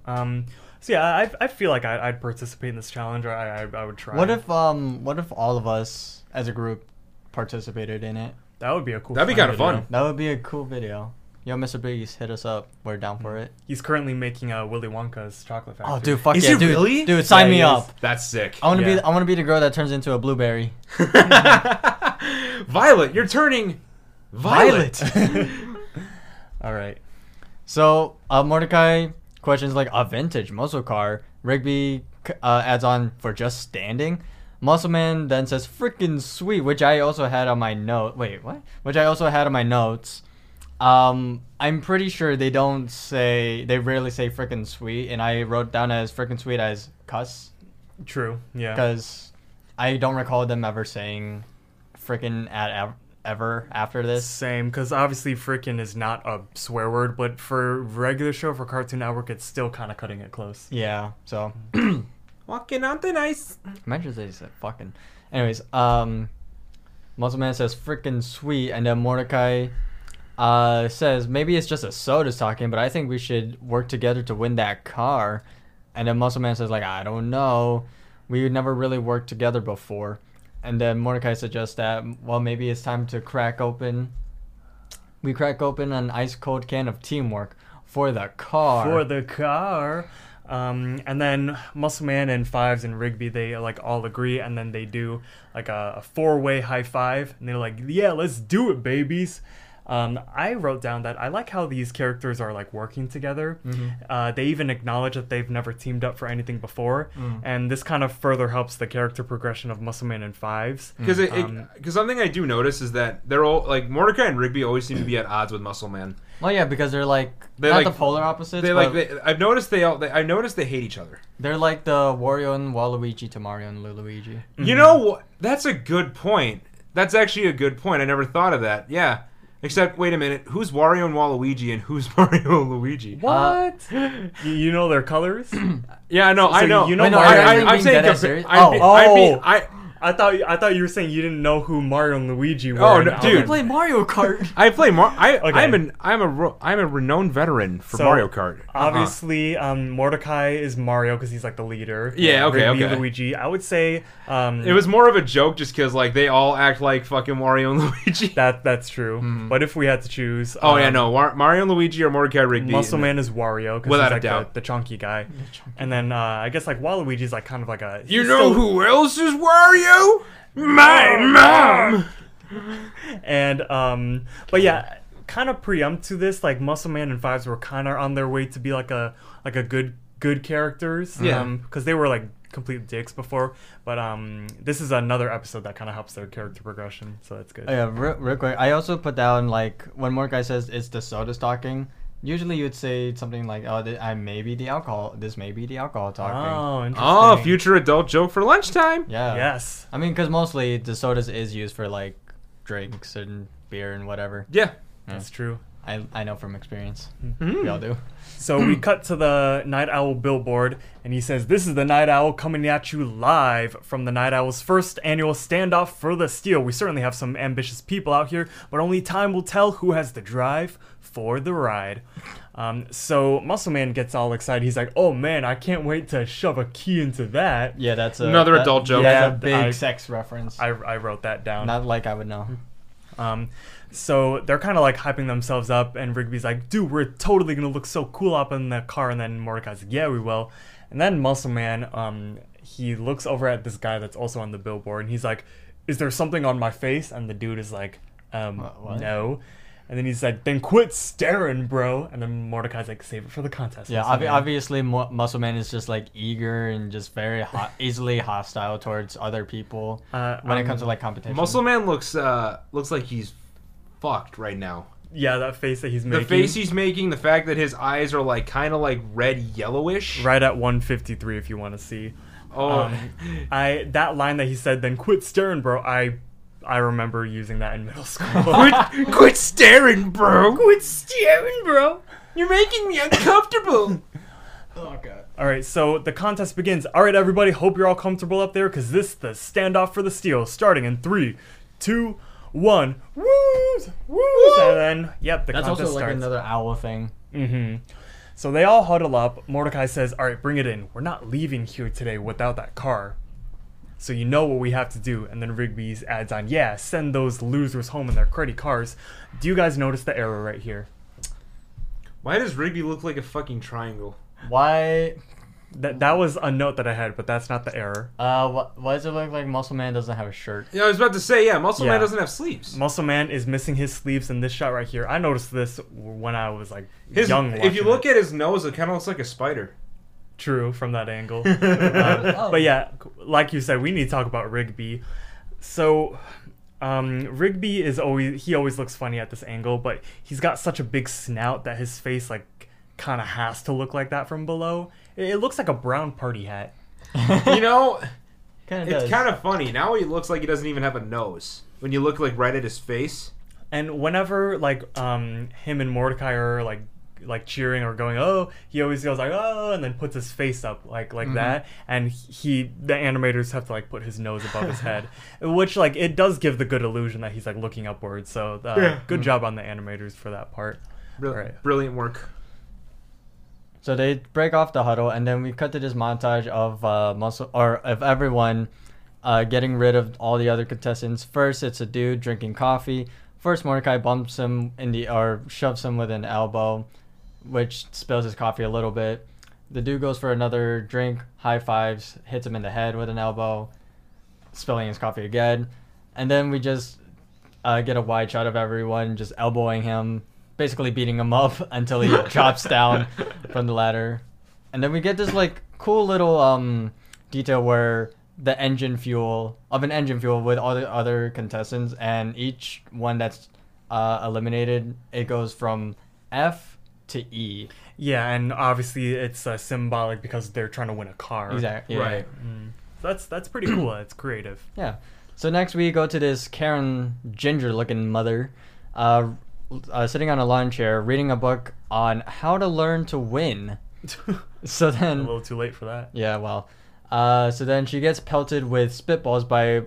D: Um, So yeah, I, I feel like I, I'd participate in this challenge. Or I, I I would try.
C: What if um what if all of us as a group participated in it?
D: that would be a cool?
B: That'd be
D: kind
B: kinda
D: of
B: fun.
C: That would be a cool video. Yo, Mr. Biggs, hit us up. We're down for it.
D: He's currently making uh, Willy Wonka's chocolate factory.
C: Mm. Oh, dude, fuck
B: Is
C: yeah,
B: he
C: dude,
B: really?
C: dude, sign
D: Yeah,
C: me
D: he is.
C: up.
B: That's sick.
C: I want to
D: Yeah.
C: be I want to be the girl that turns into a blueberry.
B: Violet, you're turning violet.
D: All right.
C: So, uh, Mordecai questions like a vintage muscle car. Rigby c- uh, adds on for just standing. Muscle Man then says freaking sweet, which I also had on my note. Wait, what? Which I also had on my notes. Um, I'm pretty sure they don't say they rarely say freaking sweet, and I wrote down as freaking sweet as cuss
D: True. Yeah.
C: because I don't recall them ever saying freaking at ev- ever after this.
D: Same, because obviously "frickin'" is not a swear word, but for regular show for Cartoon Network, it's still kind of cutting it close.
C: Yeah, so
B: Walking on thin ice.
C: Imagine they said fucking. Anyways, um, Muscle Man says freaking sweet, and then Mordecai uh, says maybe it's just a soda's talking, but I think we should work together to win that car. And then Muscle Man says like I don't know, we never really worked together before. And then Mordecai suggests that well maybe it's time to crack open. We crack open an ice cold can of teamwork for the car.
D: For the car. Um, and then Muscle Man and Fives and Rigby, they like all agree, and then they do like a, a four-way high five, and they're like, "Yeah, let's do it, babies." Um, I wrote down that I like how these characters are like working together.
B: Mm-hmm.
D: Uh, they even acknowledge that they've never teamed up for anything before,
B: Mm.
D: and this kind of further helps the character progression of Muscle Man and Fives.
B: Because
D: Um,
B: something I do notice is that they're all like Mordecai and Rigby always seem to be at odds with Muscle Man.
C: well, yeah, because they're like
B: They're
C: not
B: like-
C: the polar opposites.
B: They like
C: but-
B: they, I've noticed they all they, I've noticed they hate each other.
C: They're like the Wario and Waluigi to Mario and Luigi.
D: Mm-hmm.
B: You know what? That's a good point. That's actually a good point. I never thought of that. Yeah. Except wait a minute, who's Wario and Waluigi and who's Mario and Luigi? Uh,
D: What? you, you know their colors?
B: Yeah, no, I
D: so
B: know.
D: you know
B: I,
D: Wait, no,
B: I,
D: Mario-
B: I,
D: are you
B: I'm
C: being
B: saying
C: dead ass
B: compare-
C: serious?
B: I mean,
C: Oh.
B: I mean,
C: Oh.
B: I
D: I thought I thought you were saying you didn't know who Mario and Luigi were.
B: Oh,
D: and
B: no,
D: all
B: dude.
D: that.
B: You play
C: Mario Kart.
B: I play Mar- I
D: Okay.
B: I'm an I'm a ro- I'm a renowned veteran for
D: So,
B: Mario Kart.
D: Obviously, um, Mordecai is Mario because he's like the leader.
B: Yeah, okay,
D: Rigby,
B: okay.
D: Luigi. I would say um,
B: Uh-huh. It was more of a joke just because like they all act like fucking Mario and Luigi.
D: that. That's true. But if we had to choose,
B: Mm-hmm. Oh yeah,
D: um,
B: no, War- Mario and Luigi or Mordecai Rigby.
D: Muscle Man is Wario because
B: Without
D: he's
B: a
D: like the,
B: doubt.
D: the chunky guy, and then uh, I guess like Waluigi's like kind of like a
B: You
D: he's
B: know
D: still-
B: who else is Wario? My mom.
D: and um but yeah kind of preempt to this like muscle man and fives were kind of on their way to be like a like a good good characters
B: Yeah.
D: because they were like complete dicks before but um this is another episode that kind of helps their character progression so that's good
C: Oh, yeah, real, real quick. I also put down like when Mordecai says it's the soda stocking. Usually you'd say something like, "Oh, th- I may be the alcohol. This may be the alcohol talking."
D: oh interesting
B: Oh, future adult joke for lunchtime.
C: Yeah.
D: yes
C: I mean, because mostly the sodas is used for like drinks and beer and whatever.
B: Yeah.
D: that's true
C: I I know from experience.
D: Hmm.
C: We all do.
D: So we cut to the Night Owl billboard, and he says, This is the Night Owl coming at you live from the Night Owl's first annual standoff for the steel. We certainly have some ambitious people out here, but only time will tell who has the drive for the ride. Um, so Muscle Man gets all excited. He's like, Oh man, I can't wait to shove a key into that.
C: Yeah, that's a,
B: Another
C: that-
B: adult joke.
C: That's
D: Yeah,
C: a big
D: I-
C: sex reference.
D: I, Hmm. I wrote that down.
C: Not like I would know.
D: Um, so they're kind of like hyping themselves up, and Rigby's like, "Dude, we're totally gonna look so cool up in the car." And then Mordecai's like, "Yeah, we will." And then Muscle Man, um, he looks over at this guy that's also on the billboard, and he's like, "Is there something on my face?" And the dude is like, um,
C: Wha- what?
D: "No." And then he's like, "Then quit staring, bro." And then Mordecai's like, "Save it for the contest."
C: Yeah,
D: Muscle
C: obvi-
D: Man."
C: obviously, Mu- Muscle Man is just like eager and just very ho- easily hostile towards other people
D: Uh,
C: when it
D: um,
C: comes to like competition.
B: Muscle Man looks uh looks like he's fucked right now.
D: yeah, that face that he's
B: The
D: making.
B: face he's making, the fact that his eyes are like kind of like red yellowish.
D: right at 153, if you want to see.
B: Oh,
D: Um, I that line that he said, "Then quit staring, bro." I I remember using that in middle school.
B: quit, quit staring, bro.
D: Oh. quit staring, bro.
B: You're making me uncomfortable.
C: Oh god.
D: All right, so the contest begins. All right, everybody, hope you're all comfortable up there, because this is the standoff for the steel, starting in three, two, one. Woos, woos, and then yep, the
C: That's
D: contest
C: also like
D: starts.
B: Hmm.
C: another owl thing.
D: Mm-hmm. So they all huddle up. Mordecai says, All right, bring it in. We're not leaving here today without that car. So you know what we have to do. And then Rigby's adds on, Yeah, send those losers home in their cruddy cars. Do you guys notice the error right here?
B: Why does Rigby look like a fucking triangle?
C: Why?
D: That, that was a note that I had, but that's not the error.
C: Uh, wh- why does it look like Muscle Man doesn't have a shirt?
B: Yeah, I was about to say, yeah, Muscle
D: Yeah.
B: Man doesn't have sleeves.
D: Muscle Man is missing his sleeves in this shot right here. I noticed this when I was like
B: His,
D: young.
B: if you
D: watching
B: look
D: it.
B: at his nose, it kind of looks like a spider.
D: True, from that angle. Um, but yeah, like you said, we need to talk about Rigby. So, um, Rigby is always he always looks funny at this angle, but he's got such a big snout that his face like kind of has to look like that from below. It, it looks like a brown party hat.
B: You know,
C: kind of
B: it's
C: does.
B: kind of funny. Now he looks like he doesn't even have a nose. When you look like right at his face,
D: And whenever like um him and Mordecai are like like cheering or going oh he always goes like oh and then puts his face up like like that and he the animators have to like put his nose above his head which like it does give the good illusion that he's like looking upwards so uh,
B: Yeah.
D: good job on the animators for that part
B: Brill-
D: Right.
B: brilliant work.
C: So they break off the huddle, and then we cut to this montage of uh, muscle or of everyone uh, getting rid of all the other contestants. First, it's a dude drinking coffee. First, Mordecai bumps him in the or shoves him with an elbow, which spills his coffee a little bit. The dude goes for another drink, high fives, hits him in the head with an elbow, spilling his coffee again, and then we just uh, get a wide shot of everyone just elbowing him, basically beating him up until he drops down from the ladder. And then we get this like cool little um, detail where the engine fuel of an engine fuel with all the other contestants and each one that's uh, eliminated, it goes from F to E.
D: yeah and obviously it's uh, symbolic because they're trying to win a car
C: Exactly.
B: Right.
D: so that's that's pretty cool it's creative
C: Yeah. So next we go to this Karen ginger looking mother uh, uh, sitting on a lawn chair reading a book on how to learn to win. So
D: a
C: then,
D: little too late for that
C: yeah, well, uh, so then she gets pelted with spitballs by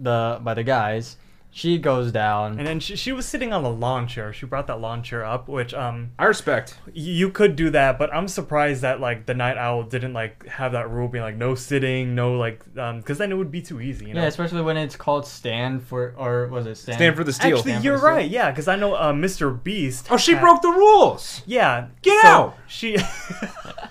C: the by the guys. She goes down.
D: and then she, she was sitting on a lawn chair she brought that lawn chair up which um
B: I respect.
D: you could do that, but I'm surprised that like the night owl didn't like have that rule being like no sitting, no like um because then it would be too easy. You know?
C: yeah, especially when it's called stand for or was it stand?
B: Stand for the steal.
D: Actually,
C: Stanford
D: you're
C: is
D: right. Yeah, because I know uh, Mr. Beast.
B: oh, she
D: had-
B: broke the rules.
D: Yeah,
B: Get
D: so
B: out!
D: She.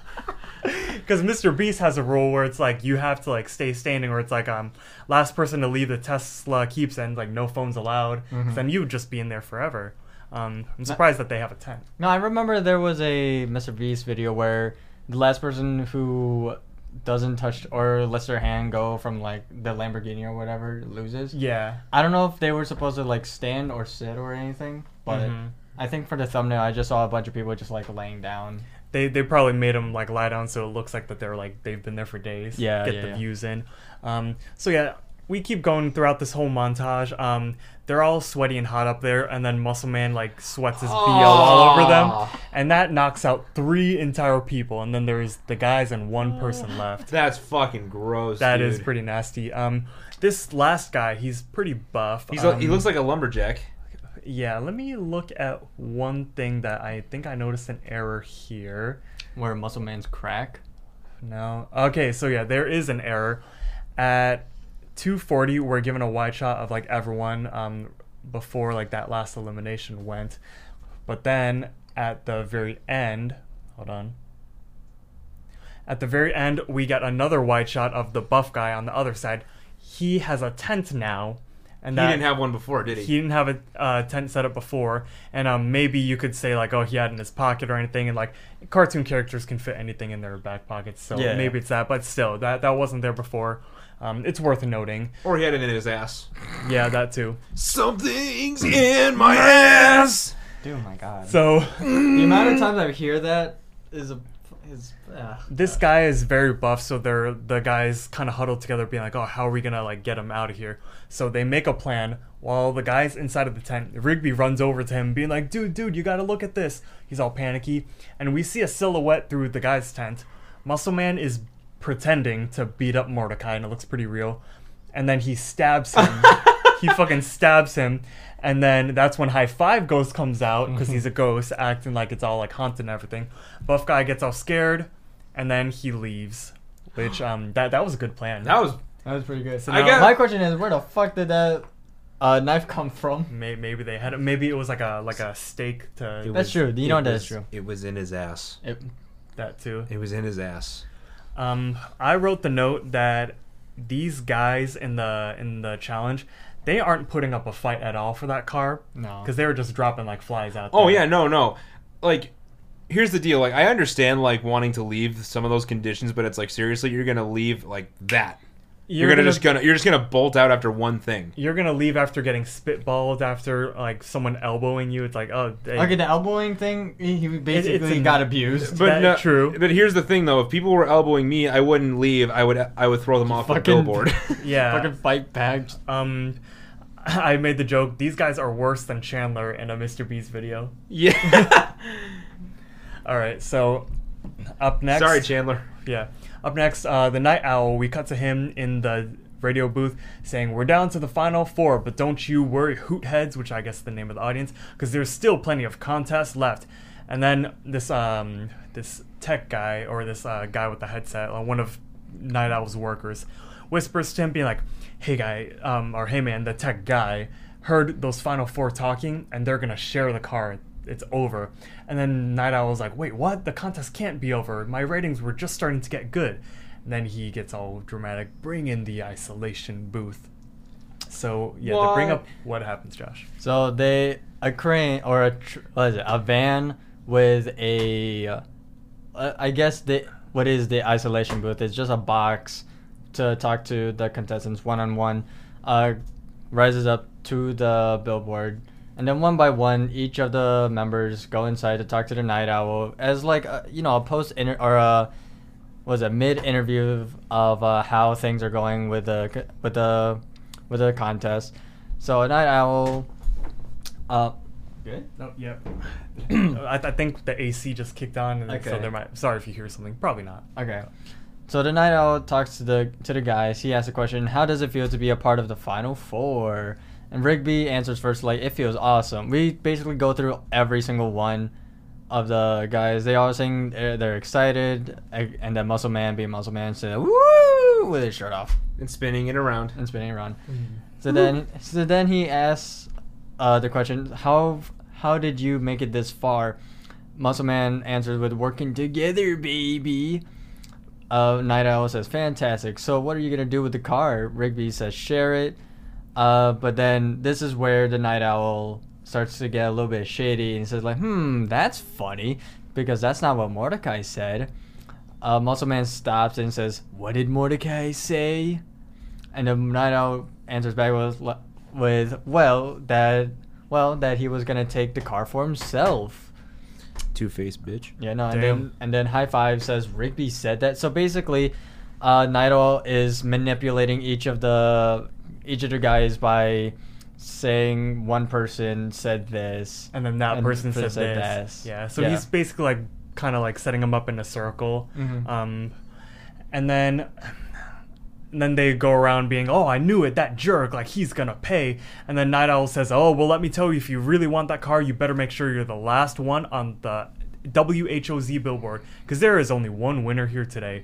D: Because Mr. Beast has a rule where it's like you have to like stay standing, or it's like um last person to leave the Tesla keeps and like no phones allowed. 'cause Then you would just be in there forever. Um, I'm surprised that they have a tent.
C: No, I remember there was a Mr. Beast video where the last person who doesn't touch or lets their hand go from like the Lamborghini or whatever loses.
D: Yeah.
C: I don't know if they were supposed to like stand or sit or anything, but
D: Mhm.
C: I think for the thumbnail, I just saw a bunch of people just like laying down.
D: they they probably made them like lie down so it looks like that they're like they've been there for days.
C: Yeah,
D: get
C: yeah,
D: the
C: yeah.
D: views in. Um, so yeah, we keep going throughout this whole montage. Um, they're all sweaty and hot up there, and then Muscle Man like sweats his BO all over
B: Aw.
D: them, and that knocks out three entire people, and then there's the guys and one person left.
B: That's fucking gross.
D: That
B: dude.
D: is pretty nasty. Um, this last guy, he's pretty buff.
B: He's
D: um,
B: he looks like a lumberjack.
D: yeah. Let me look at one thing that I think I noticed an error here.
C: Where Muscle Man's crack.
D: No. Okay, so yeah, there is an error. At 240, we're given a wide shot of like everyone um, before like that last elimination went. But then at the very end, hold on. At the very end, we get another wide shot of the buff guy on the other side. He has a tent now. And
B: he
D: that,
B: didn't have one before, did he?
D: he didn't have a uh, tent set up before, and um, maybe you could say like, oh, he had it in his pocket or anything, and like cartoon characters can fit anything in their back pockets, so
C: Yeah.
D: maybe it's that. But still, that that wasn't there before. Um, it's worth noting.
B: or he had it in his ass.
D: Yeah, that too.
B: Something's in my ass.
C: Dude, my God.
D: So
C: the amount of times I hear that is a is. Uh,
D: this guy is very buff, so they're the guys kind of huddled together, being like, oh, how are we gonna like get him out of here? So they make a plan. While the guy's inside of the tent, Rigby runs over to him, being like, dude, dude, you gotta look at this. He's all panicky, and we see a silhouette through the guy's tent. Muscle Man is pretending to beat up Mordecai, and it looks pretty real. And then he stabs him he fucking stabs him, and then that's when High Five Ghost comes out because he's a
B: Mm-hmm.
D: ghost acting like it's all like haunted and everything. Buff guy gets all scared, and then he leaves. Which um that that was a good plan.
B: That was
C: That was pretty good.
D: So
B: I
D: now-
B: got-
C: My question is, where the fuck did that uh, knife come from?
D: May- maybe they had maybe it was like a like a stake to
A: It
C: That's
A: was-
C: true. You
A: it
C: know that is
A: was-
C: true.
A: It was in his ass.
C: It,
D: that too.
A: It was in his ass.
D: Um, I wrote the note that these guys in the in the challenge, they aren't putting up a fight at all for that car
C: no.
D: because they were just dropping like flies out.
B: Oh
D: there.
B: yeah, no, no. Like here's the deal. Like I understand like wanting to leave some of those conditions, but it's like seriously, you're going to leave like that. You're, gonna, just gonna you're just gonna bolt out after one thing.
D: you're gonna leave after getting spitballed after like someone elbowing you. It's like oh, they,
C: Okay, the elbowing thing, he he basically
D: a-
C: got abused.
D: That-
B: But no,
D: true.
B: But here's the thing though: if people were elbowing me, I wouldn't leave. I would I would throw them off a
C: Fucking-
B: billboard.
D: yeah.
C: Fucking fight back.
D: Um, I made the joke. These guys are worse than Chandler in a Mr. Beast video.
B: yeah.
D: All right, so up next.
B: Sorry, Chandler.
D: Yeah. Up next, uh, the Night Owl. We cut to him in the radio booth saying, "We're down to the final four, but don't you worry, hoot heads," which I guess is the name of the audience, because there's still plenty of contests left. And then this um, this tech guy or this uh, guy with the headset, uh, one of Night Owl's workers, whispers to him, being like, "Hey guy, um, or hey man, the tech guy." Heard those final four talking, and they're gonna share the car it's over. And then Night Owl was like, wait, what? The contest can't be over. My ratings were just starting to get good. And then he gets all dramatic, bring in the isolation booth. So, yeah, to bring
B: What?
D: up what happens, Josh.
C: So they a crane or a tr- what is it? A van with a, uh, I guess the what is the isolation booth? It's just a box to talk to the contestants one on one. Uh, rises up to the billboard, and then one by one, each of the members go inside to talk to the night owl as like a, you know a post inter- or a was a mid interview of uh, how things are going with the c- with the with the contest. So a night owl. Uh, good.
D: No, Oh, yep. I, I think the AC just kicked on, and so
C: Okay.
D: there might. Sorry if you hear something. Probably not.
C: Okay. So the night owl talks to the to the guys. He asks a question: How does it feel to be a part of the final four? And Rigby answers first, like it feels awesome. We basically go through every single one of the guys. They all sing. They're, they're excited, a- and then Muscle Man, being Muscle Man, said "Woo!" with his shirt off
B: And spinning it around.
C: and spinning around. So then, so then he asks uh, the question, "How how did you make it this far?" Muscle Man answers with "Working together, baby." Uh, Night Owl says, "Fantastic." So what are you gonna do with the car? Rigby says, "Share it." Uh, but then this is where the Night Owl starts to get a little bit shady and says, "Like, hmm, that's funny because that's not what Mordecai said." Uh, Muscle Man stops and says, "What did Mordecai say?" And then Night Owl answers back with, with well, that well that he was gonna take the car for himself.
A: Two faced bitch.
C: Yeah, no, and
D: Damn.
C: then and then High Five says Rigby said that. So basically, uh, Night Owl is manipulating each of the each of the guys by saying one person said this.
D: And then that
C: And
D: person
C: for
D: said
C: said
D: this.
C: this.
D: Yeah. So
C: Yeah.
D: he's basically like kind of like setting him up in a circle.
C: Mhm.
D: Um, and then and then they go around being, oh, I knew it, that jerk, like he's gonna pay. And then Night Owl says, oh, well, let me tell you, if you really want that car, you better make sure you're the last one on the WHOZ billboard, because there is only one winner here today.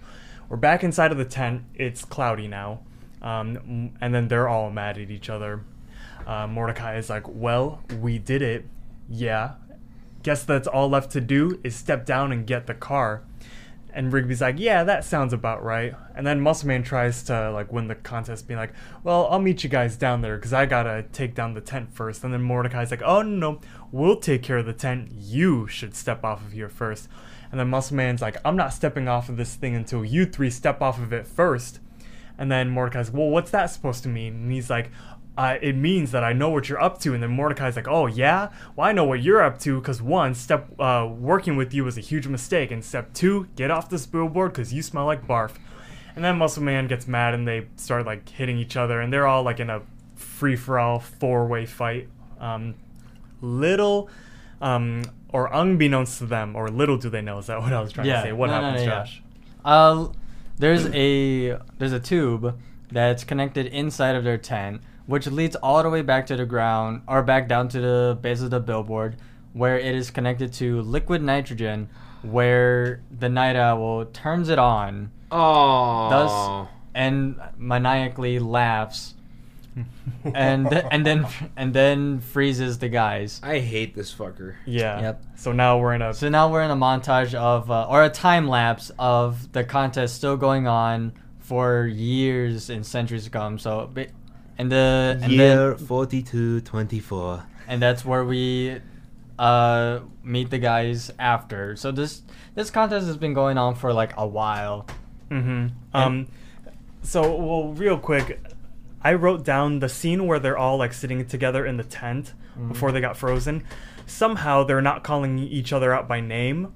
D: We're back inside of the tent. It's cloudy now, um, and then they're all mad at each other. Uh, Mordecai is like, well, we did it. Yeah. Guess that's all left to do is step down and get the car. And Rigby's like, yeah, that sounds about right. And then Muscle Man tries to like win the contest, being like, well, I'll meet you guys down there because I gotta take down the tent first. And then Mordecai's like, oh no, no, we'll take care of the tent. You should step off of here first. And then Muscle Man's like, I'm not stepping off of this thing until you three step off of it first. And then Mordecai's, well, what's that supposed to mean? And he's like, uh, it means that I know what you're up to. And then Mordecai's like, oh, yeah? Well, I know what you're up to because one, step uh, working with you was a huge mistake. And step two, get off this billboard because you smell like barf. And then Muscle Man gets mad and they start like hitting each other. And they're all like in a free for all four way fight. Um, little. Um, or unbeknownst to them, or little do they know, is that what I was trying
C: Yeah.
D: to say? What
C: No, no, no,
D: happens,
C: yeah.
D: Josh?
C: Uh, there's a there's a tube that's connected inside of their tent which leads all the way back to the ground or back down to the base of the billboard, where it is connected to liquid nitrogen, where the night owl turns it on,
B: Oh.
C: thus and maniacally laughs, and th- and then and then freezes the guys.
B: I hate this fucker.
D: Yeah.
C: Yep.
D: So now we're in a
C: So now we're in a montage of, uh, or a time lapse of the contest still going on for years and centuries to come. So, ba- and the and
A: Year
C: then,
A: 4224.
C: and that's where we uh, meet the guys after. So this this contest has been going on for like a while.
D: hmm Um, so well, real quick, I wrote down the scene where they're all like sitting together in the tent
C: Mm-hmm.
D: before they got frozen. Somehow they're not calling each other out by name.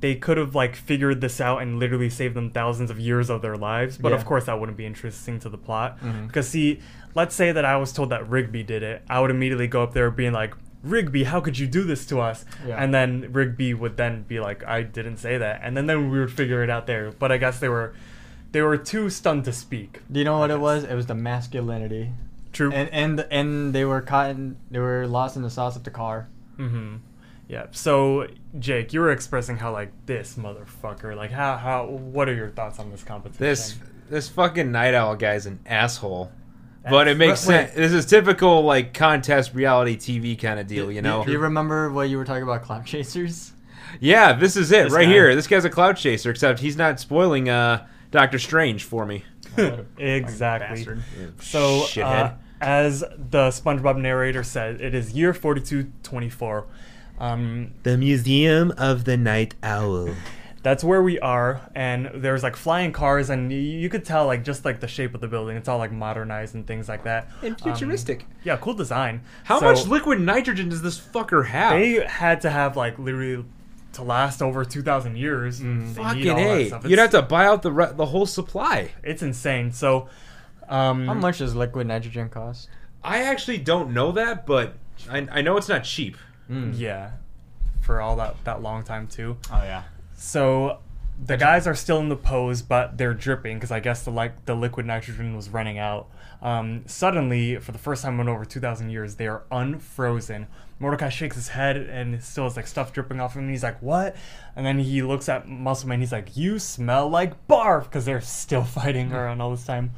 D: They could have like figured this out and literally saved them thousands of years of their lives, but of
C: Yeah.
D: course that wouldn't be interesting to the plot.
C: Mhm.
D: Because see, let's say that I was told that Rigby did it, I would immediately go up there being like, "Rigby, how could you do this to us?"
C: Yeah.
D: And then Rigby would then be like, "I didn't say that," and then then we would figure it out there. But I guess they were, they were too stunned to speak.
C: Do you know what it was? It was the masculinity,
D: True.
C: and and and they were caught in, they were lost in the sauce of the car.
D: hmm Yeah. So Jake, you were expressing how like this motherfucker, like how how what are your thoughts on this competition?
B: This this fucking night owl guy's an asshole. But it makes
C: Wait, wait.
B: sense. This is typical like contest reality TV kind of deal, you know.
C: Do you remember what you were talking about, cloud chasers?
B: Yeah, this is it
D: This
B: right
D: guy.
B: here. This guy's a cloud chaser, except he's not spoiling uh Doctor Strange for me.
D: exactly.
C: Bastard.
D: So, uh,
B: Shithead.
D: as the SpongeBob narrator said, it is year 4224. Um,
A: The Museum of the Night Owl.
D: that's where we are, and there's like flying cars, and y- you could tell like just like the shape of the building. It's all like modernized and things like that.
B: And
D: Um,
B: futuristic.
D: yeah, cool design.
B: How
D: So-
B: much liquid nitrogen does this fucker have?
D: they had to have like literally to last over 2000 years they need
B: Mm. Fucking
D: all that
B: a!
D: stuff.
B: You'd have
D: It's-
B: to buy out the re- the whole supply.
D: it's insane so um
C: How much does liquid nitrogen cost?
B: I actually don't know that, but I, I know it's not cheap.
C: Mm.
D: yeah for all that that long time too
C: Oh yeah.
D: so the guys are still in the pose but they're dripping because i guess the like the liquid nitrogen was running out um suddenly for the first time in over 2000 years they are unfrozen mordecai shakes his head and it still has like stuff dripping off him and he's like what and then he looks at muscleman he's like you smell like barf because they're still fighting around all this time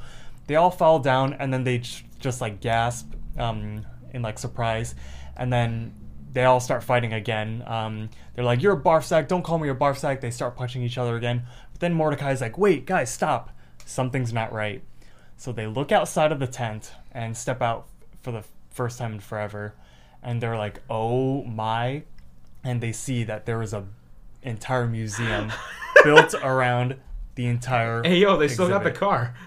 D: they all fall down and then they j- just like gasp um, in like surprise and then they all start fighting again um, they're like you're a barf sack don't call me a barf sack they start punching each other again but then mordecai's like wait guys stop something's not right so they look outside of the tent and step out for the first time in forever and they're like oh my and they see that there is a entire museum built around the entire
B: Hey yo, they still got the
D: Exhibit.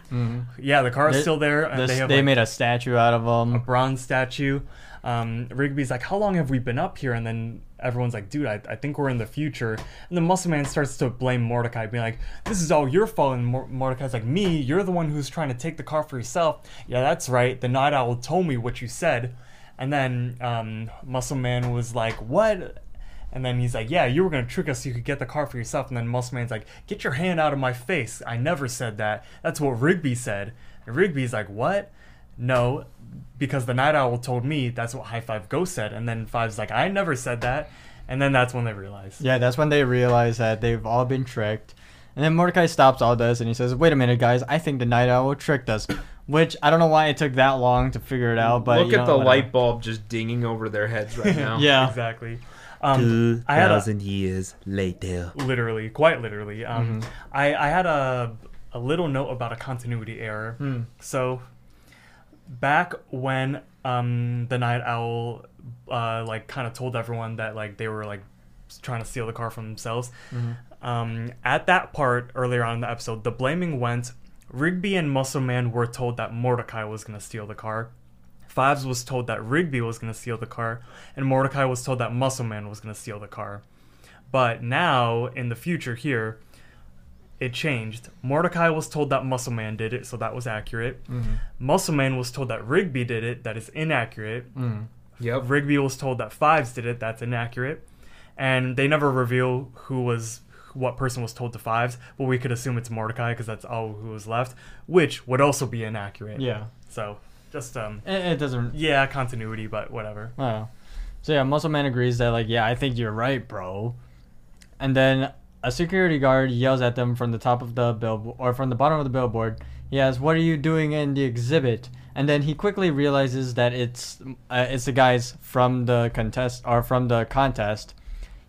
B: car.
D: yeah, the car is
C: They-
D: still there. And
C: This-
D: they have
C: they
D: like,
C: made a statue out of
D: a
C: them.
D: bronze statue. Um, Rigby's like, "How long have we been up here?" And then everyone's like, "Dude, I, I think we're in the future." And the Muscle Man starts to blame Mordecai, being like, "This is all your fault." And Mor- Mordecai's like, "Me? You're the one who's trying to take the car for yourself." Yeah, that's right. The Night Owl told me what you said. And then um, Muscle Man was like, "What?" And then he's like, "Yeah, you were gonna trick us. so You could get the car for yourself." And then Muscle Man's like, "Get your hand out of my face! I never said that. That's what Rigby said." And Rigby's like, "What? No, because the Night Owl told me that's what High Five Go said." And then Five's like, "I never said that." And then that's when they realize.
C: Yeah, that's when they realize that they've all been tricked. And then Mordecai stops all this and he says, "Wait a minute, guys! I think the Night Owl tricked us." Which I don't know why it took that long to figure it out, but
B: Look
C: you
B: at
C: know,
B: the
C: whatever.
B: light bulb just dinging over their heads right now.
C: Yeah.
D: exactly. Um, I had a,
A: 2,000 years later.
D: literally, quite literally. Um, I, I had a, a little note about a continuity error. So, back when um, the Night Owl, uh, like, kind of told everyone that like they were like trying to steal the car from themselves. Um, at that part earlier on in the episode, the blaming went. Rigby and Muscle Man were told that Mordecai was going to steal the car. Fives was told that Rigby was going to steal the car, and Mordecai was told that Muscle Man was going to steal the car. But now, in the future here, it changed. Mordecai was told that Muscle Man did it, so that was accurate.
C: Mm-hmm.
D: Muscle Man was told that Rigby did it, that is inaccurate.
C: Mm-hmm.
B: Yep.
D: Rigby was told that Fives did it, that's inaccurate. And they never reveal who was what person was told to Fives, but we could assume it's Mordecai because that's all who was left, which would also be inaccurate.
C: Yeah.
D: So just um,
C: It, it doesn't.
D: yeah, continuity, but whatever.
C: Oh. So yeah, Muscle Man agrees that like, yeah, I think you're right, bro. And then a security guard yells at them from the top of the billboard or from the bottom of the billboard. He asks, "What are you doing in the exhibit?" And then he quickly realizes that it's uh, it's the guys from the contest or from the contest.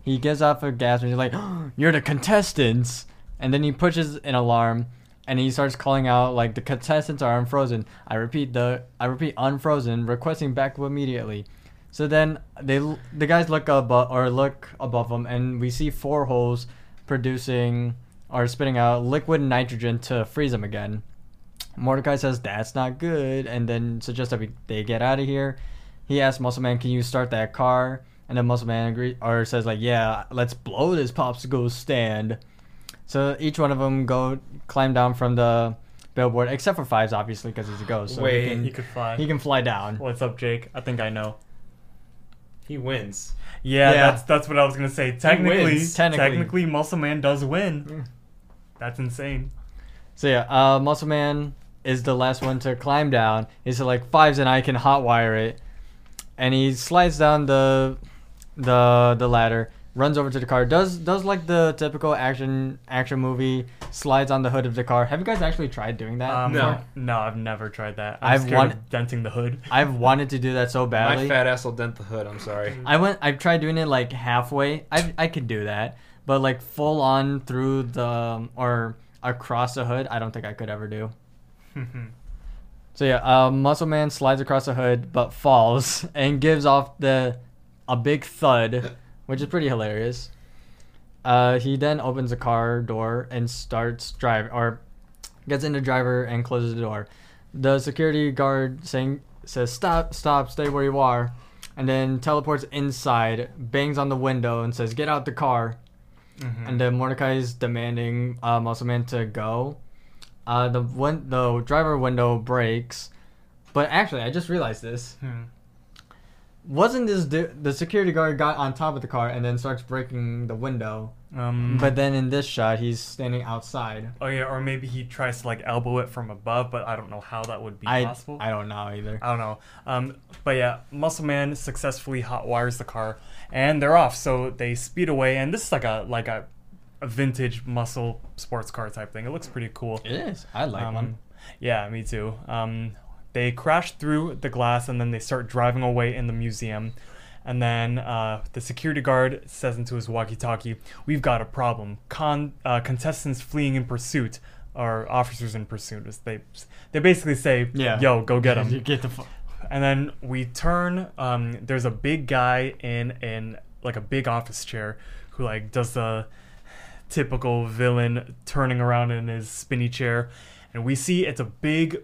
C: He gets off a gas and he's like, "You're the contestants!" And then he pushes an alarm, and he starts calling out like, "The contestants are unfrozen." I repeat the I repeat unfrozen, requesting backup immediately. So then they the guys look above or look above them, and we see four holes producing or spitting out liquid nitrogen to freeze them again. Mordecai says that's not good, and then suggests that we, they get out of here. He asks Muscle Man, "Can you start that car?" And then Muscle Man agrees or says like, "Yeah, let's blow this popsicle stand." So each one of them go climb down from the billboard, except for Fives, obviously, because he's a ghost. So
B: Wait.
C: he can,
D: You could fly.
C: he can fly down.
D: What's up, Jake? I think I know.
B: He wins.
D: Yeah,
C: Yeah.
D: that's that's what I was gonna say. Technically,
B: wins.
C: Technically.
D: technically, Muscle Man does win. That's insane.
C: So yeah, uh, Muscle Man is the last one to climb down. He's like fives, and I can hotwire it. And he slides down the the the ladder, runs over to the car, does does like the typical action action movie, slides on the hood of the car. Have you guys actually tried doing that?
D: Um,
B: No.
D: no, I've never tried that.
C: Uh, I've
D: I'm scared
C: won-
D: of denting the hood.
C: I've wanted to do that so badly.
B: My fat ass will dent the hood. I'm sorry.
C: I went. I've tried doing it like halfway. I I could do that, but like full on through the um, or across the hood, I don't think I could ever do.
D: Mm-hmm.
C: so yeah, uh, Muscle Man slides across the hood but falls and gives off the a big thud, which is pretty hilarious. Uh, he then opens the car door and starts drive or gets in the driver and closes the door. The security guard saying says stop, stop, stay where you are, and then teleports inside, bangs on the window, and says get out the car.
D: Mm-hmm.
C: And then Mordecai is demanding uh, Muscle Man to go. Uh, the win- the driver window breaks, but actually I just realized this.
D: Hmm.
C: Wasn't this du- the security guard got on top of the car and then starts breaking the window?
D: Um,
C: But then in this shot, he's standing outside.
D: oh yeah, or maybe he tries to like elbow it from above, but I don't know how that would be
C: I
D: possible.
C: I don't know either.
D: I don't know. Um, but yeah, Muscle Man successfully hotwires the car, and they're off. So they speed away, and this is like a like a, a vintage muscle sports car type thing. It looks pretty cool.
C: It is. I like
D: Um,
C: one.
D: Yeah, me too. Um, they crash through the glass, and then they start driving away in the museum. And then uh, the security guard says into his walkie-talkie, "We've got a problem. Con- uh, contestants fleeing in pursuit, or officers in pursuit." As they they basically say,
C: Yeah.
D: "Yo, go get them."
C: You get the. Fu-
D: and then we turn um there's a big guy in in like a big office chair who like does the typical villain turning around in his spinny chair and we see it's a big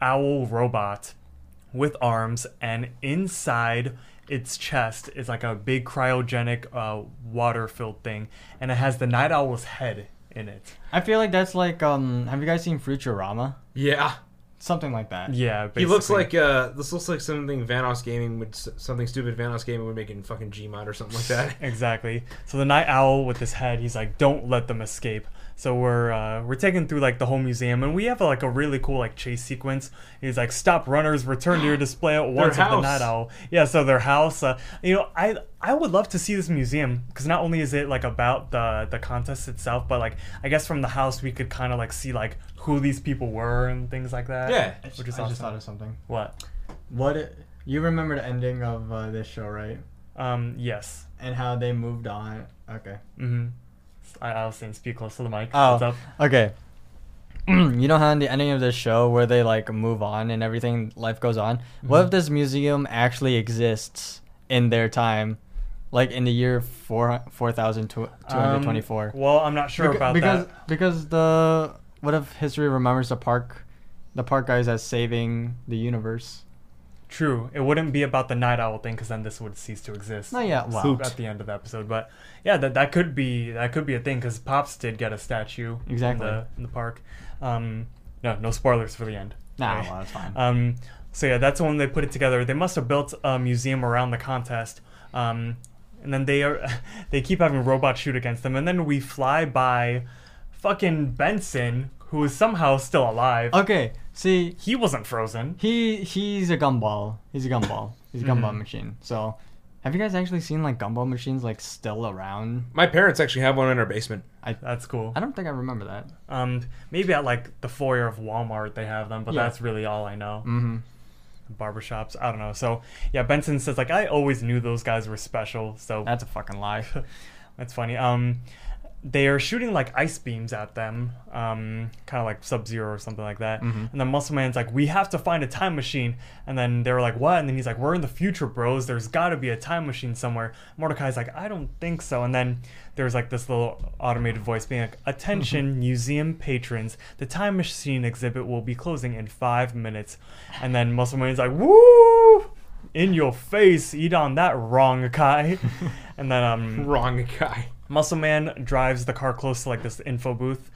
D: owl robot with arms and inside its chest is like a big cryogenic uh, water filled thing and it has the night owl's head in it
C: I feel like that's like um. Have you guys seen Futurama?
B: Yeah.
C: Something like that.
D: yeah basically.
B: He looks like uh, this looks like something Vanos Gaming would s- something stupid Vanos Gaming would make in fucking Gmod or something like that.
D: Exactly. So the night owl with his head, he's like, "Don't let them escape." So we're uh, we're taken through like the whole museum, and we have like a really cool like chase sequence. He's like, "Stop runners! Return to your display at once." Of the
B: house.
D: night owl. Yeah. So their house. Uh, you know, I I would love to see this museum because not only is it like about the the contest itself, but like I guess from the house we could kind of like see like who these people were and things like that.
B: Yeah.
D: Which is
C: I
D: awesome.
C: just thought of something.
D: What?
C: What it, you remember the ending of uh, this show, right?
D: Um. Yes.
C: And how they moved on. Okay.
D: Mm-hmm. I, I was saying, speak close to the mic.
C: Oh.
D: What's up?
C: Okay. you know how in the ending of this show where they like move on and everything, life goes on. What
D: Mm-hmm.
C: if this museum actually exists in their time, like in the year four four thousand two hundred twenty four?
D: Um, well, I'm not sure
C: Beca-
D: about
C: because,
D: that.
C: Because the what if history remembers the park, the park guys as saving the universe?
D: True, it wouldn't be about the night owl thing because then this would cease to exist.
C: Not yet. Wow.
D: At the end of the episode, but yeah, that that could be that could be a thing because Pops did get a statue
C: Exactly.
D: in the, in the park. Um, no, no spoilers for the end.
C: Nah,
D: Okay.
C: well, that's fine.
D: Um, so yeah, that's when they put it together. They must have built a museum around the contest, um, and then they are they keep having robots shoot against them, and then we
C: Oh,
D: fly by fucking Benson, who is somehow still alive.
C: okay, See,
D: He wasn't frozen.
C: he he's a gumball. He's a gumball. He's a gumball machine. So, have you guys actually seen like gumball machines like still around?
B: My parents actually have one in our basement.
D: That's cool.
C: I don't think I remember that.
D: Um, maybe at like the foyer of Walmart they have them, but
C: Yeah.
D: that's really all I know.
C: Mm-hmm.
D: Barbershops, I don't know. So yeah, Benson says like I always knew those guys were special. So
C: That's a fucking lie.
D: That's funny. Um, they are shooting like ice beams at them, um, kind of like Sub Zero or something like that. And then Muscle Man's like, "We have to find a time machine." And then they were like, "What?" And then he's like, "We're in the future, bros. There's got to be a time machine somewhere." Mordecai's like, "I don't think so." And then there's like this little automated voice being like, "Attention, museum patrons! The time machine exhibit will be closing in five minutes." And then Muscle Man's like, "Woo!" In your face, eat on that wrong guy. and then um,
B: Wrong guy.
D: Muscle Man drives the car close to like this info booth.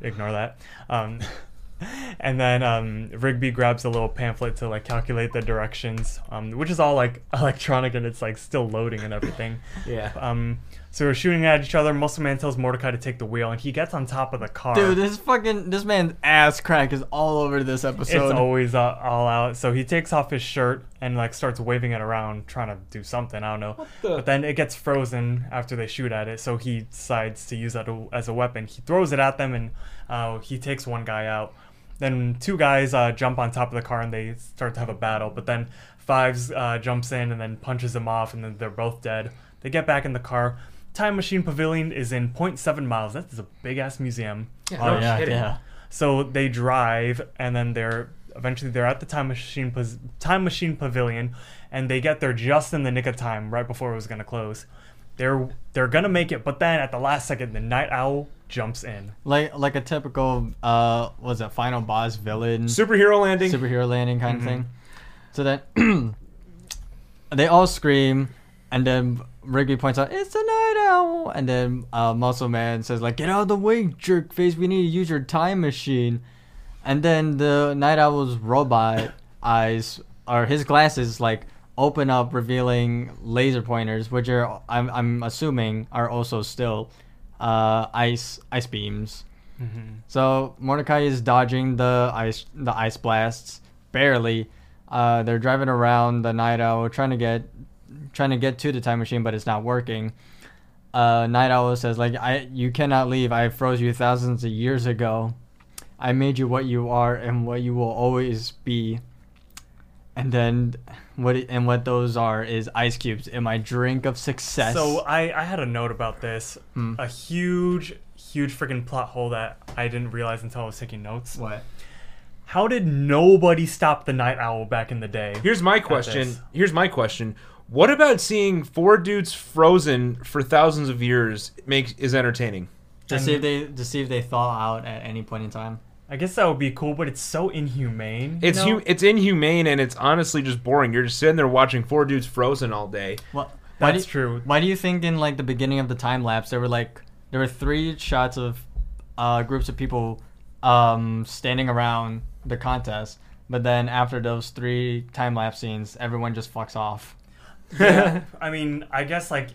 D: Ignore that. Um, and then um, Rigby grabs a little pamphlet to like calculate the directions, um, which is all like electronic and it's like still loading and everything.
B: Yeah.
D: Um, so we're shooting at each other. Muscle Man tells Mordecai to take the wheel, and he gets on top of the car.
C: Dude, this fucking this man's ass crack is all over this episode.
D: it's always uh, all out. So he takes off his shirt and like starts waving it around, trying to do something. I don't know.
B: the-
D: But then it gets frozen after they shoot at it. So he decides to use that o- as a weapon. He throws it at them and uh, he takes one guy out. Then two guys uh, jump on top of the car and they start to have a battle. But then Fives uh, jumps in and then punches him off, and then they're both dead. They get back in the car. Time Machine Pavilion is in 0.7 miles. That is a big ass museum. Uh,
C: oh
B: no
C: yeah,
B: kidding.
C: yeah.
D: So they drive, and then they're eventually they're at the time machine pos- time machine pavilion, and they get there just in the nick of time, right before it was gonna close. They're they're gonna make it, but then at the last second, the night owl jumps in.
C: Like like a typical uh was it final boss villain
B: Superhero landing.
C: superhero landing kind of thing. So then they all scream, and then Rigby points out it's a night owl, and then uh, Muscle Man says like get out of the way, jerk face. We need to use your time machine, and then the night owl's robot eyes or his glasses like open up, revealing laser pointers, which are I'm I'm assuming are also still uh, ice ice beams. So Mordecai is dodging the ice the ice blasts barely. Uh, they're driving around the Night Owl trying to get trying to get to the time machine, but it's not working. Uh, Night Owl says like I you cannot leave. I froze you thousands of years ago. I made you what you are and what you will always be. And then what it- and what those are is ice cubes in my drink of success.
D: So I, I had a note about this,
B: Hmm.
D: a huge huge freaking plot hole that I didn't realize until I was taking notes.
C: what?
D: How did nobody stop the night owl back in the day?
B: Here's my question.
D: this.
B: Here's my question. What about seeing four dudes frozen for thousands of years makes is entertaining?
C: To see if they to see if they thaw out at any point in time.
D: I guess that would be cool, but it's so inhumane.
B: It's
D: you know?
B: hu- it's inhumane and it's honestly just boring. You're just sitting there watching four dudes frozen all day.
C: Well, why
D: That's
C: do,
D: true.
C: Why do you think in like the beginning of the time lapse there were like there were three shots of uh, groups of people um, standing around the contest, but then after those three time lapse scenes, everyone just fucks off.
D: yeah, I mean, I guess like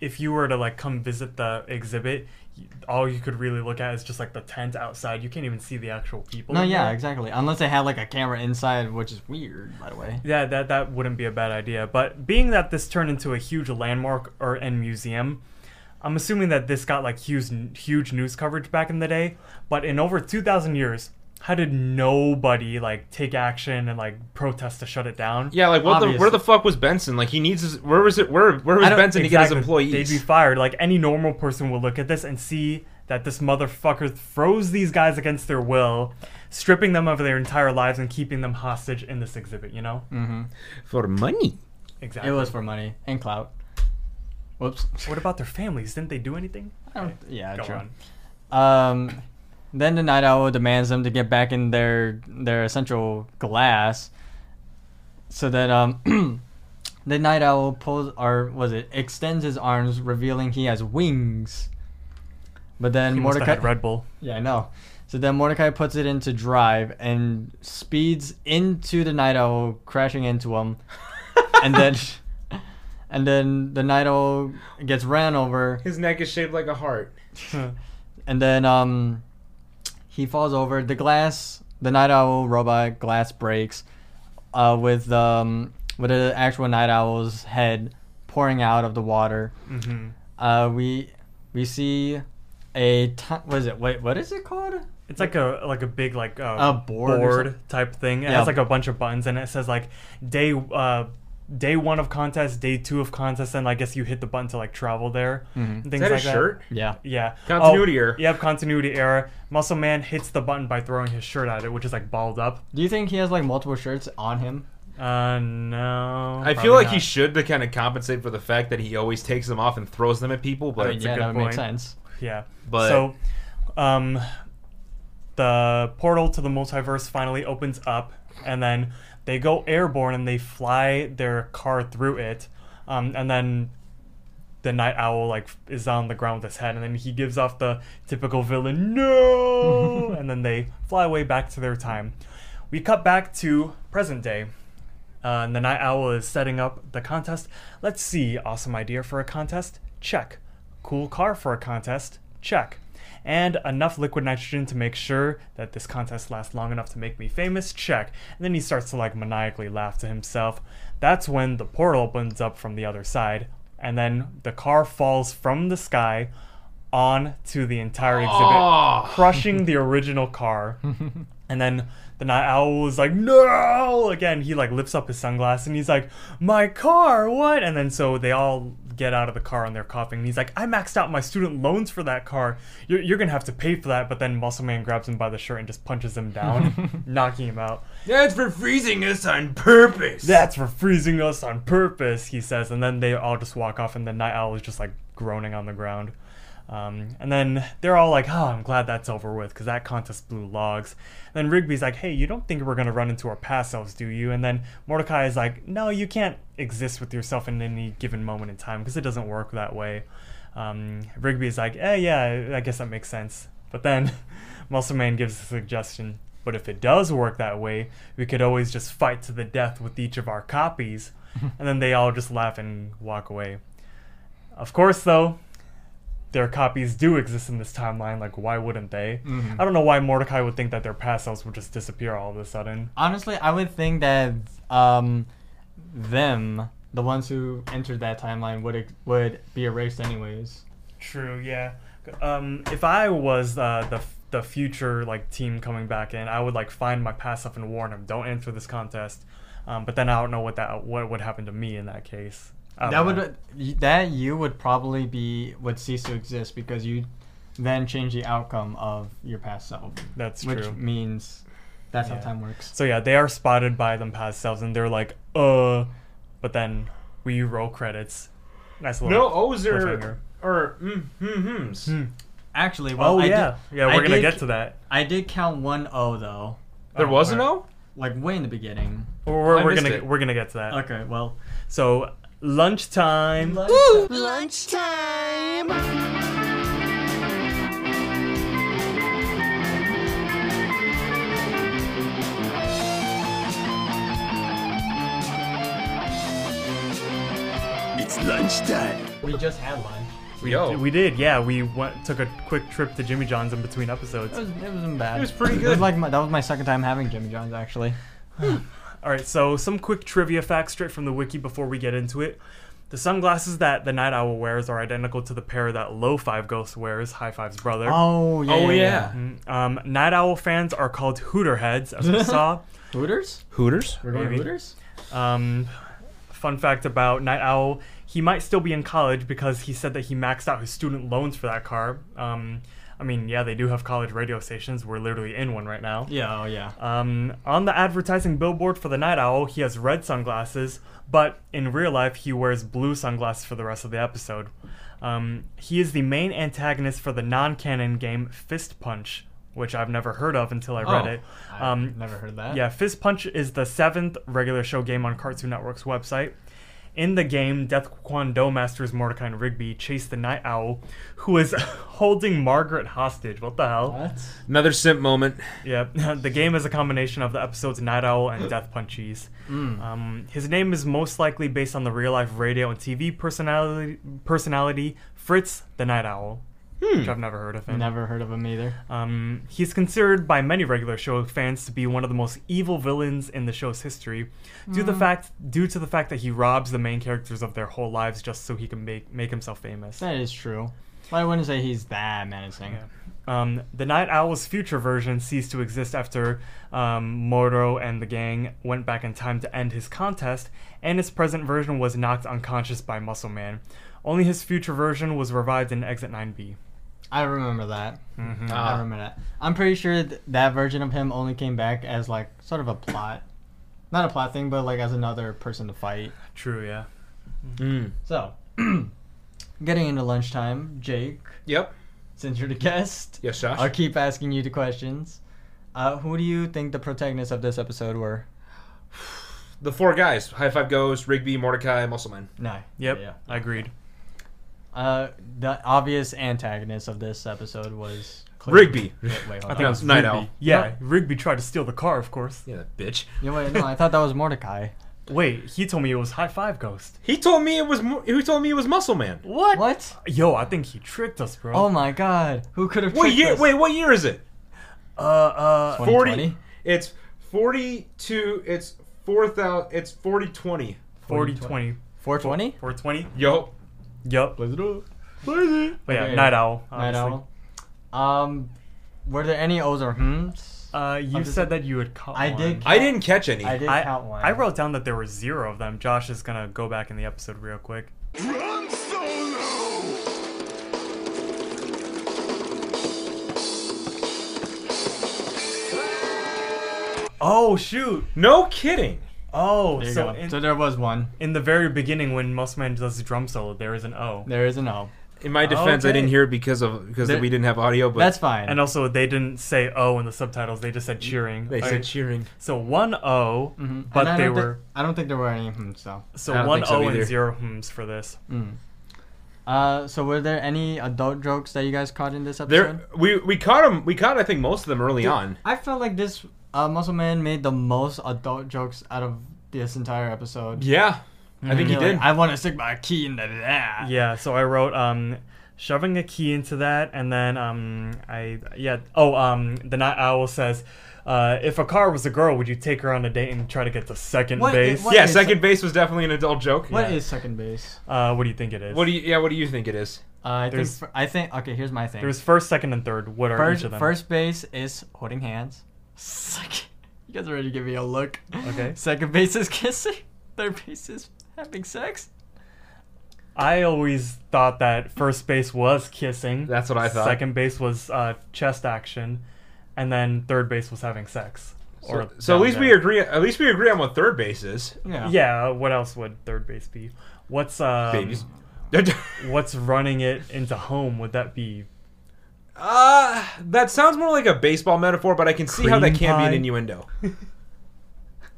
D: if you were to like come visit the exhibit, y- all you could really look at is just like the tent outside. You can't even see the actual people.
C: No,
D: in
C: yeah,
D: there.
C: exactly. Unless they had like a camera inside, which is weird, by the way.
D: Yeah, that that wouldn't be a bad idea. But being that this turned into a huge landmark or and museum, I'm assuming that this got like huge huge news coverage back in the day. But in over 2,000 years, how did nobody like take action and like protest to shut it down?
B: Yeah, like what the, where
C: Obviously.
B: the fuck was Benson? Like he needs his, where was it where where was
D: I don't-
B: Benson to get his
D: exactly.
B: employees?
D: They'd be fired. Like any normal person would look at this and see that this motherfucker froze these guys against their will, stripping them of their entire lives and keeping them hostage in this exhibit. You know
A: For money.
D: exactly.
C: It Mm-hmm. was for money and clout. Whoops.
D: What about their families? Didn't they do anything?
C: I don't, yeah,
D: Go
C: true.
D: on.
C: Um, then the Night Owl demands them to get back in their their essential glass, so that um, the Night Owl pulls or was it extends his arms, revealing he has wings. But then
D: He must have
C: Mordecai,
D: had Red Bull.
C: yeah, I know. So then Mordecai puts it into drive and speeds into the Night Owl, crashing into him, and then and then the Night Owl gets ran over
B: his neck is shaped like a heart.
C: and then um, he falls over. The glass the Night Owl robot glass breaks, uh, with um with the actual Night Owl's head pouring out of the water.
D: Mm-hmm.
C: Uh, we we see a ti what is it? Wait, what is it called?
D: It's like a like a big like uh,
C: A board or something.
D: type thing. It
C: Yeah.
D: has like a bunch of buttons and it says like day uh, day one of contest, day two of contest, and I guess you hit the button to like travel there.
C: Mhm.
D: and
B: Is
D: Things
B: that
D: like
B: a shirt?
C: Yeah.
D: Yeah.
B: Continuity
D: Oh,
B: error.
D: Yep, continuity error. Muscle Man hits the button by throwing his shirt at it, which is like balled up.
C: Do you think he has like multiple shirts on him?
D: Uh, no.
B: I
D: probably
B: feel like
D: not.
B: he should to kind of compensate for the fact that he always takes them off and throws them at people. But
C: I mean,
D: a
C: yeah,
D: good
C: that would make
D: point.
C: sense.
D: Yeah.
B: But-
D: so, um, the portal to the multiverse finally opens up, and then they go airborne and they fly their car through it, um, and then the night owl like is on the ground with his head, and then he gives off the typical villain no, and then they fly away back to their time. We cut back to present day. Uh, and the night owl is setting up the contest. Let's see, awesome idea for a contest. Check. Cool car for a contest. Check. And enough liquid nitrogen to make sure that this contest lasts long enough to make me famous. Check. And then he starts to like maniacally laugh to himself. That's when the portal opens up from the other side, and then the car falls from the sky onto the entire exhibit,
B: Oh.
D: crushing the original car. And then the night owl is like, no! Again, he like lifts up his sunglass and he's like, my car, what? And then so they all get out of the car and they're coughing. And he's like, I maxed out my student loans for that car. You're, you're going to have to pay for that. But then Muscle Man grabs him by the shirt and just punches him down, knocking him out.
B: that's for freezing us on purpose.
D: That's for freezing us on purpose, he says. And then they all just walk off, and the night owl is just like groaning on the ground. Um, and then they're all like, oh, I'm glad that's over with because that contest blew logs. And then Rigby's like, hey, you don't think we're going to run into our past selves, do you? And then Mordecai is like, no, you can't exist with yourself in any given moment in time because it doesn't work that way. Um, Rigby's like, eh, yeah, I guess that makes sense. But then Muscle Man gives a suggestion. But if it does work that way, we could always just fight to the death with each of our copies. and then they all just laugh and walk away. Of course, though, their copies do exist in this timeline. Like, why wouldn't they?
C: Mm-hmm.
D: I don't know why Mordecai would think that their past selves would just disappear all of a sudden.
C: Honestly, I would think that um, them, the ones who entered that timeline, would ex- would be erased anyways.
D: True, yeah. Um, if I was uh, the the future like team coming back in, I would like find my past self and warn him, don't enter this contest. Um, but then I don't know what that what would happen to me in that case. I
C: that
D: don't
C: would
D: know.
C: y- that you would probably be would cease to exist because you then change the outcome of your past self,
D: that's
C: which
D: true.
C: means that's
D: Yeah.
C: how time works.
D: So yeah, they are spotted by them past selves, and they're like, uh, but then we roll credits. Nice little
B: no oh, O's
D: cliffhanger.
B: or or mm, mm, hm's.
C: Actually, well,
D: Oh
C: I
D: yeah,
C: did,
D: yeah. We're
C: I
D: gonna
C: did-
D: get to that.
C: I did count one O though,
B: There
D: Oh,
B: was an
D: where-
B: O.
C: like way in the beginning.
D: We're, we're,
B: I
D: we're
B: missed
D: gonna
B: it.
D: we're gonna get to that.
C: Okay, well,
D: So lunchtime.
E: Lunchtime. It's lunchtime.
C: we just had lunch.
B: We,
D: We did, yeah. We went took a quick trip to Jimmy John's in between episodes.
B: Oh.
C: It was it wasn't bad.
B: It was pretty
C: It was
B: good.
C: like my, that was my second time having Jimmy John's actually.
D: All right, so some quick trivia facts straight from the wiki before we get into it. The sunglasses that the Night Owl wears are identical to the pair that Low Five Ghost wears, High Five's brother.
C: Oh yeah.
B: Oh yeah.
D: Mm, Um, Night Owl fans are called Hooter heads, as we saw.
C: Hooters?
B: Hooters.
C: We're going
D: Maybe.
C: Hooters?
D: Um, fun fact about Night Owl: he might still be in college because he said that he maxed out his student loans for that car. Um, I mean, yeah, they do have college radio stations. We're literally in one right now.
C: Yeah. Oh yeah.
D: Um, on the advertising billboard for the Night Owl, he has red sunglasses, but in real life, he wears blue sunglasses for the rest of the episode. Um, he is the main antagonist for the non canon game Fist Punch, which I've never heard of until I read
C: Oh,
D: it.
C: I've never heard that.
D: Um, Yeah, Fist Punch is the seventh regular show game on Cartoon Network's website. In the game, Death Kwon-do masters Mordecai and Rigby chase the Night Owl, who is holding Margaret hostage. What the hell?
C: What?
B: Another simp moment.
D: Yep. the game is a combination of the episodes Night Owl and Death Punchies. Um, his name is most likely based on the real life radio and TV personality, personality Fritz the Night Owl. which I've never heard of him.
C: Never heard of him either.
D: Um, he's considered by many regular show fans to be one of the most evil villains in the show's history, due the fact due to the fact that he robs the main characters of their whole lives just so he can make make himself famous.
C: That is true. But I wouldn't say he's that menacing.
D: Yeah. Um, the Night Owl's future version ceased to exist after um, Moro and the gang went back in time to end his contest, and his present version was knocked unconscious by Muscle Man. Only his future version was revived in Exit 9B.
C: I remember that. Mm-hmm. I
B: Ah.
C: remember that. I'm pretty sure th- that version of him only came back as like sort of a plot, not a plot thing, but like as another person to fight.
D: True, yeah.
B: Mm.
C: So, getting into lunchtime, Jake,
B: Yep.
C: since you're the guest,
B: Yes, Josh.
C: I'll keep asking you the questions. Uh, who do you think the protagonists of this episode were?
B: The four guys: High Five Goes, Rigby, Mordecai, Muscleman.
C: No.
D: Yep,
C: Yeah.
D: I agreed.
C: Uh, the obvious antagonist of this episode was
B: Rigby.
C: Wait, wait, hold on.
D: I think
B: No,
D: it was
B: Night
D: Rigby.
B: Owl.
D: Yeah, Rigby tried to steal the car, of course.
B: Yeah, that bitch.
C: Yeah, wait, no, I thought that was Mordecai.
D: Wait, he told me it was High Five Ghost.
B: He told me it was. Mo- He told me it was Muscleman.
D: What?
C: What?
D: Yo, I think he tricked us, bro.
C: Oh my God! Who could have?
B: What
C: tricked
B: year?
C: us?
B: Wait, what year is it?
D: Uh, uh,
B: 40
C: 2020?
B: it's 42 it's 4000 it's 4020
D: 40, 20.
C: 420.
D: 420?
B: yo
D: Yup.
C: Was it all?
D: But yeah,
C: Okay.
D: Night Owl.
C: Night
D: obviously.
C: Owl. Um, were there any O's or hmms?
D: Uh, you
C: I'm just-
D: said that you had caught
C: I
D: one.
C: did
B: i didn't catch any
C: I did
D: I,
C: count one.
D: I wrote down that there were zero of them. Josh is gonna go back in the episode real quick. Oh shoot!
B: no kidding
D: Oh,
C: There you
D: so
C: go.
D: in,
C: so there was one.
D: in the very beginning when Muscleman does the drum solo, there is an O,
C: There is an O.
B: in my defense i
D: Okay.
B: didn't hear it because of because
C: There-
B: we didn't have audio but
C: That's fine.
D: and also they didn't say O in the subtitles; they just said cheering.
B: they
D: Okay.
B: said cheering
D: so one O,
C: Mhm. And
D: but
C: I
D: they
C: don't thi-
D: were
C: I don't think there were any hmms though.
B: I
D: so
B: don't
D: one O
B: think so
D: and
B: either.
D: zero hmms for this.
C: Mm. Uh, so were there any adult jokes that you guys caught in this episode?
B: there we we caught them we caught i think most of them early on
C: I felt like this uh, Muscle Man made the most adult jokes out of this entire episode.
B: yeah i think he
C: You're
B: did
C: like, I want to stick my key into that.
D: Yeah, so I wrote um shoving a key into that and then um I yeah oh um the night owl says uh if a car was a girl would you take her on a date and try to get to second
C: What i-
D: base?
C: what-
B: yeah
C: is-
B: second base was definitely an adult joke
C: What is
B: yeah.
C: second base?
D: Uh what do you think it is?
B: what do you yeah what do you think it is
C: Uh, I think
D: There's-
C: fir- I think okay. Here's my thing.
D: There's first, second and third. What are each
C: first
D: of them?
C: first base is holding hands. Second, you guys already give me a look.
D: Okay.
C: Second base is kissing. Third base is having sex.
D: I always thought that first base was kissing.
B: That's what I thought.
D: Second base was uh chest action and then third base was having sex.
B: so,
D: Or
B: so at
D: down
B: least we
D: there.
B: agree at least we agree on what third base is
C: Yeah.
D: Yeah, what else would third base be? What's um,
B: babies
D: what's running it into home would that be
B: Uh, that sounds more like a baseball metaphor, but I can see how that
D: Cream
B: can't be an
D: pie?
B: innuendo.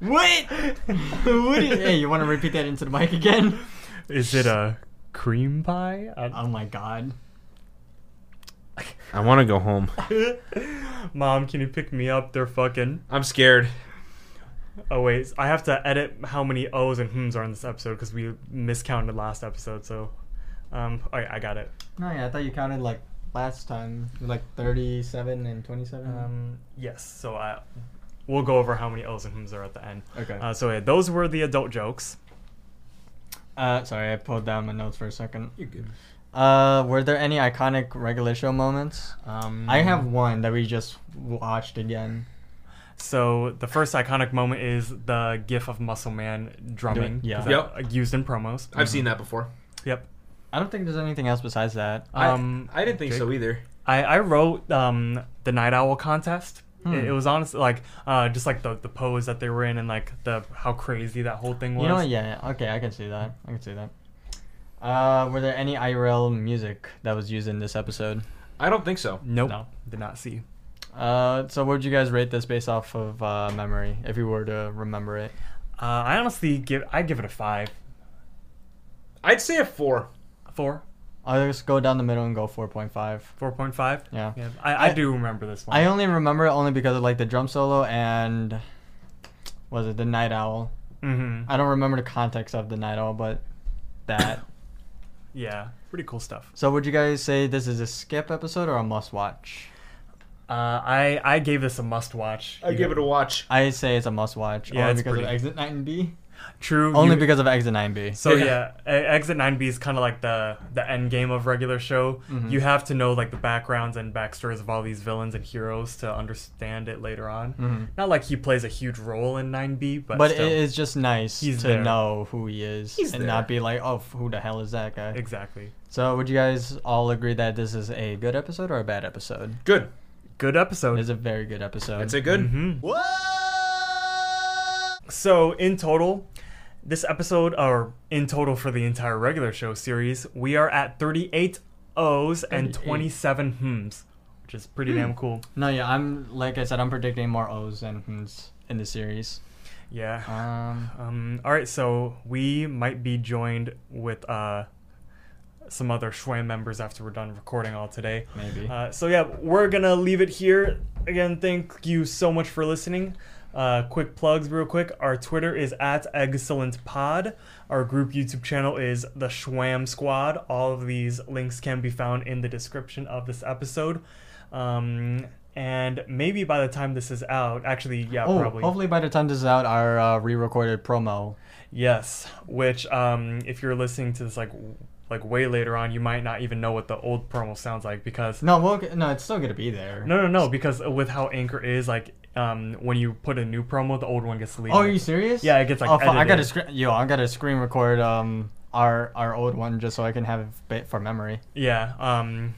C: What? what is, hey, you want to repeat that into the mic again?
D: is it a cream pie I-
C: Oh my god.
B: I want to go home.
D: mom can you pick me up they're fucking
B: I'm scared.
D: oh wait i have to edit how many o's and hmms are in this episode because we miscounted last episode so um all right i got it
C: No, yeah, I thought you counted like last time, like 37 and 27.
D: um yes so i we'll go over how many o's and hmms are at the end
C: okay.
D: uh,
C: Uh,
D: so yeah those were the adult jokes
C: uh, sorry, I pulled down my notes for a second.
B: You're good.
C: Uh, were there any iconic regular show moments?
D: um
C: I have one that we just watched again.
D: So the first iconic moment is the gif of Muscle Man
C: Doing-
D: drumming.
C: yeah.
D: 'cause that- Used in promos. Mm-hmm.
B: I've seen that before.
D: Yep.
C: I don't think there's anything else besides that.
D: Um,
B: I didn't think so either.
D: I, I wrote um, the Night Owl contest.
C: Hmm.
D: It, it was honestly like uh, just like the, the pose that they were in and like the how crazy that whole thing was.
C: You know what? Yeah, yeah. Okay, I can see that. I can see that. Uh, were there any IRL music that was used in this episode?
B: I don't think so.
D: Nope.
C: No.
D: Did not see.
C: Uh, so would you guys rate this based off of uh, memory, if you were to remember it?
D: Uh, I honestly give I give it a five,
B: I'd say a four.
D: four,
C: I'll just go down the middle and go 4.5.
D: four point five.
C: Yeah.
D: Yeah. I, I,
C: I-
D: do remember this one.
C: I only remember it only because of like the drum solo and was it the night owl?
D: mm-hmm.
C: I don't remember the context of the night owl, but that
D: yeah, pretty cool stuff.
C: So would you guys say this is a skip episode or a must watch?
D: Uh, I I gave this a must watch.
B: I give it a watch.
C: I say it's a must watch.
D: Yeah,
C: only
D: it's
C: because
D: pretty-
C: of Exit 9B.
D: True.
C: Only
D: you-
C: because of Exit 9B.
D: So yeah,
B: Yeah.
D: E- Exit 9B is kind of like the the end game of regular show.
C: Mhm.
D: You have to know like the backgrounds and backstories of all these villains and heroes to understand it later on.
C: Mhm.
D: Not like he plays a huge role in 9B, but,
C: But it
D: still.
C: is just nice
D: He's
C: to
D: there.
C: know who he is
B: He's
C: and
B: there.
C: not be like, oh, f- who the hell is that guy?
D: exactly.
C: So would you guys all agree that this is a good episode or a bad episode?
B: Good.
D: Good
C: It
D: episode.
C: is a very good episode.
B: I'd say good.
D: Mhm. So in total, this episode, or in total for the entire regular show series, we are at 38 O's and
C: 38.
D: 27 hmms, which is pretty
C: Hmm.
D: damn cool.
C: No, yeah, I'm like I said, I'm predicting more O's and hmms in the series.
D: Yeah.
C: Um,
D: Um, all right, so we might be joined with uh, some other Shway members after we're done recording all today.
C: maybe.
D: Uh, so yeah, we're gonna leave it here. Again, thank you so much for listening. Uh, quick plugs, real quick. Our Twitter is at Excellent Pod. Our group YouTube channel is the Schwam Squad. All of these links can be found in the description of this episode. Um, and maybe by the time this is out, actually, yeah,
C: oh,
D: probably.
C: hopefully by the time this is out, our uh, re-recorded promo.
D: Yes, which um, if you're listening to this like w- like way later on, you might not even know what the old promo sounds like because no,
C: No, we'll, no, it's still gonna be there.
D: no, no, because with how Anchor is like um, when you put a new promo, the old one gets deleted.
C: Oh, are you serious?
D: Yeah, it gets, like,
C: Oh, fu- I
D: edited.
C: gotta screen. Yo, I gotta screen record um our our old one just so I can have it bit for memory.
D: Yeah. Um,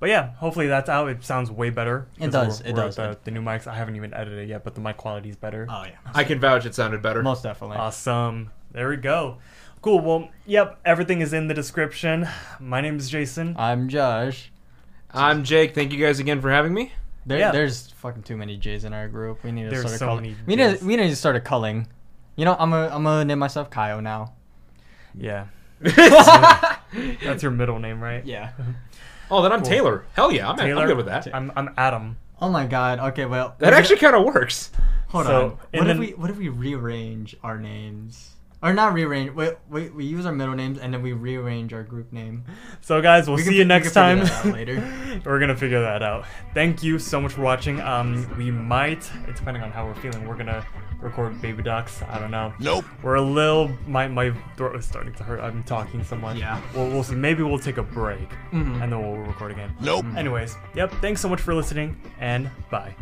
D: but yeah, hopefully that's out. It sounds way better.
C: It
D: because
C: does,
D: we're-
C: it
D: we're at
C: does.
D: The, the new mics. I haven't even edited it yet, but the mic quality is better.
C: Oh yeah,
B: I can vouch it sounded better.
C: most definitely.
D: Awesome. There we go. Cool. Well, yep. Everything is in the description. My name is Jason.
C: I'm Josh.
B: I'm Jake. Thank you guys again for having me.
C: There,
D: Yeah.
C: there's fucking too many J's in our group. We need to
D: There's
C: start a
D: so
C: cull-
D: many
C: We need,
D: J's.
C: to- we need to start a culling. You know, I'm a I'm gonna name myself Kyo now.
D: yeah. That's your middle name, right?
C: Yeah.
B: Oh, then I'm Taylor. Hell yeah, I'm,
D: Taylor.
B: I'm good with that.
D: I'm, I'm Adam.
C: Oh my God. Okay. Well,
B: that
C: we're
B: actually
C: gonna-
B: kind of works.
C: hold
D: So,
C: on.
D: and
C: What if
D: then-
C: we what if we rearrange our names? Or not rearrange. Wait, wait. We use our middle names and then we rearrange our group name.
D: So guys, we'll
C: We can
D: see you
C: fi- we
D: next
C: can
D: time.
C: figure that out later.
D: we're gonna figure that out. Thank you so much for watching. Um, we might, depending on how we're feeling, we're gonna record baby docs. I don't know. Nope. We're a little. My my throat is starting to hurt. I'm talking so much.
C: Yeah. Mm-hmm.
D: We'll, we'll see. Maybe we'll take a break and then we'll record again. Nope. Anyways, yep. Thanks so much for listening and bye.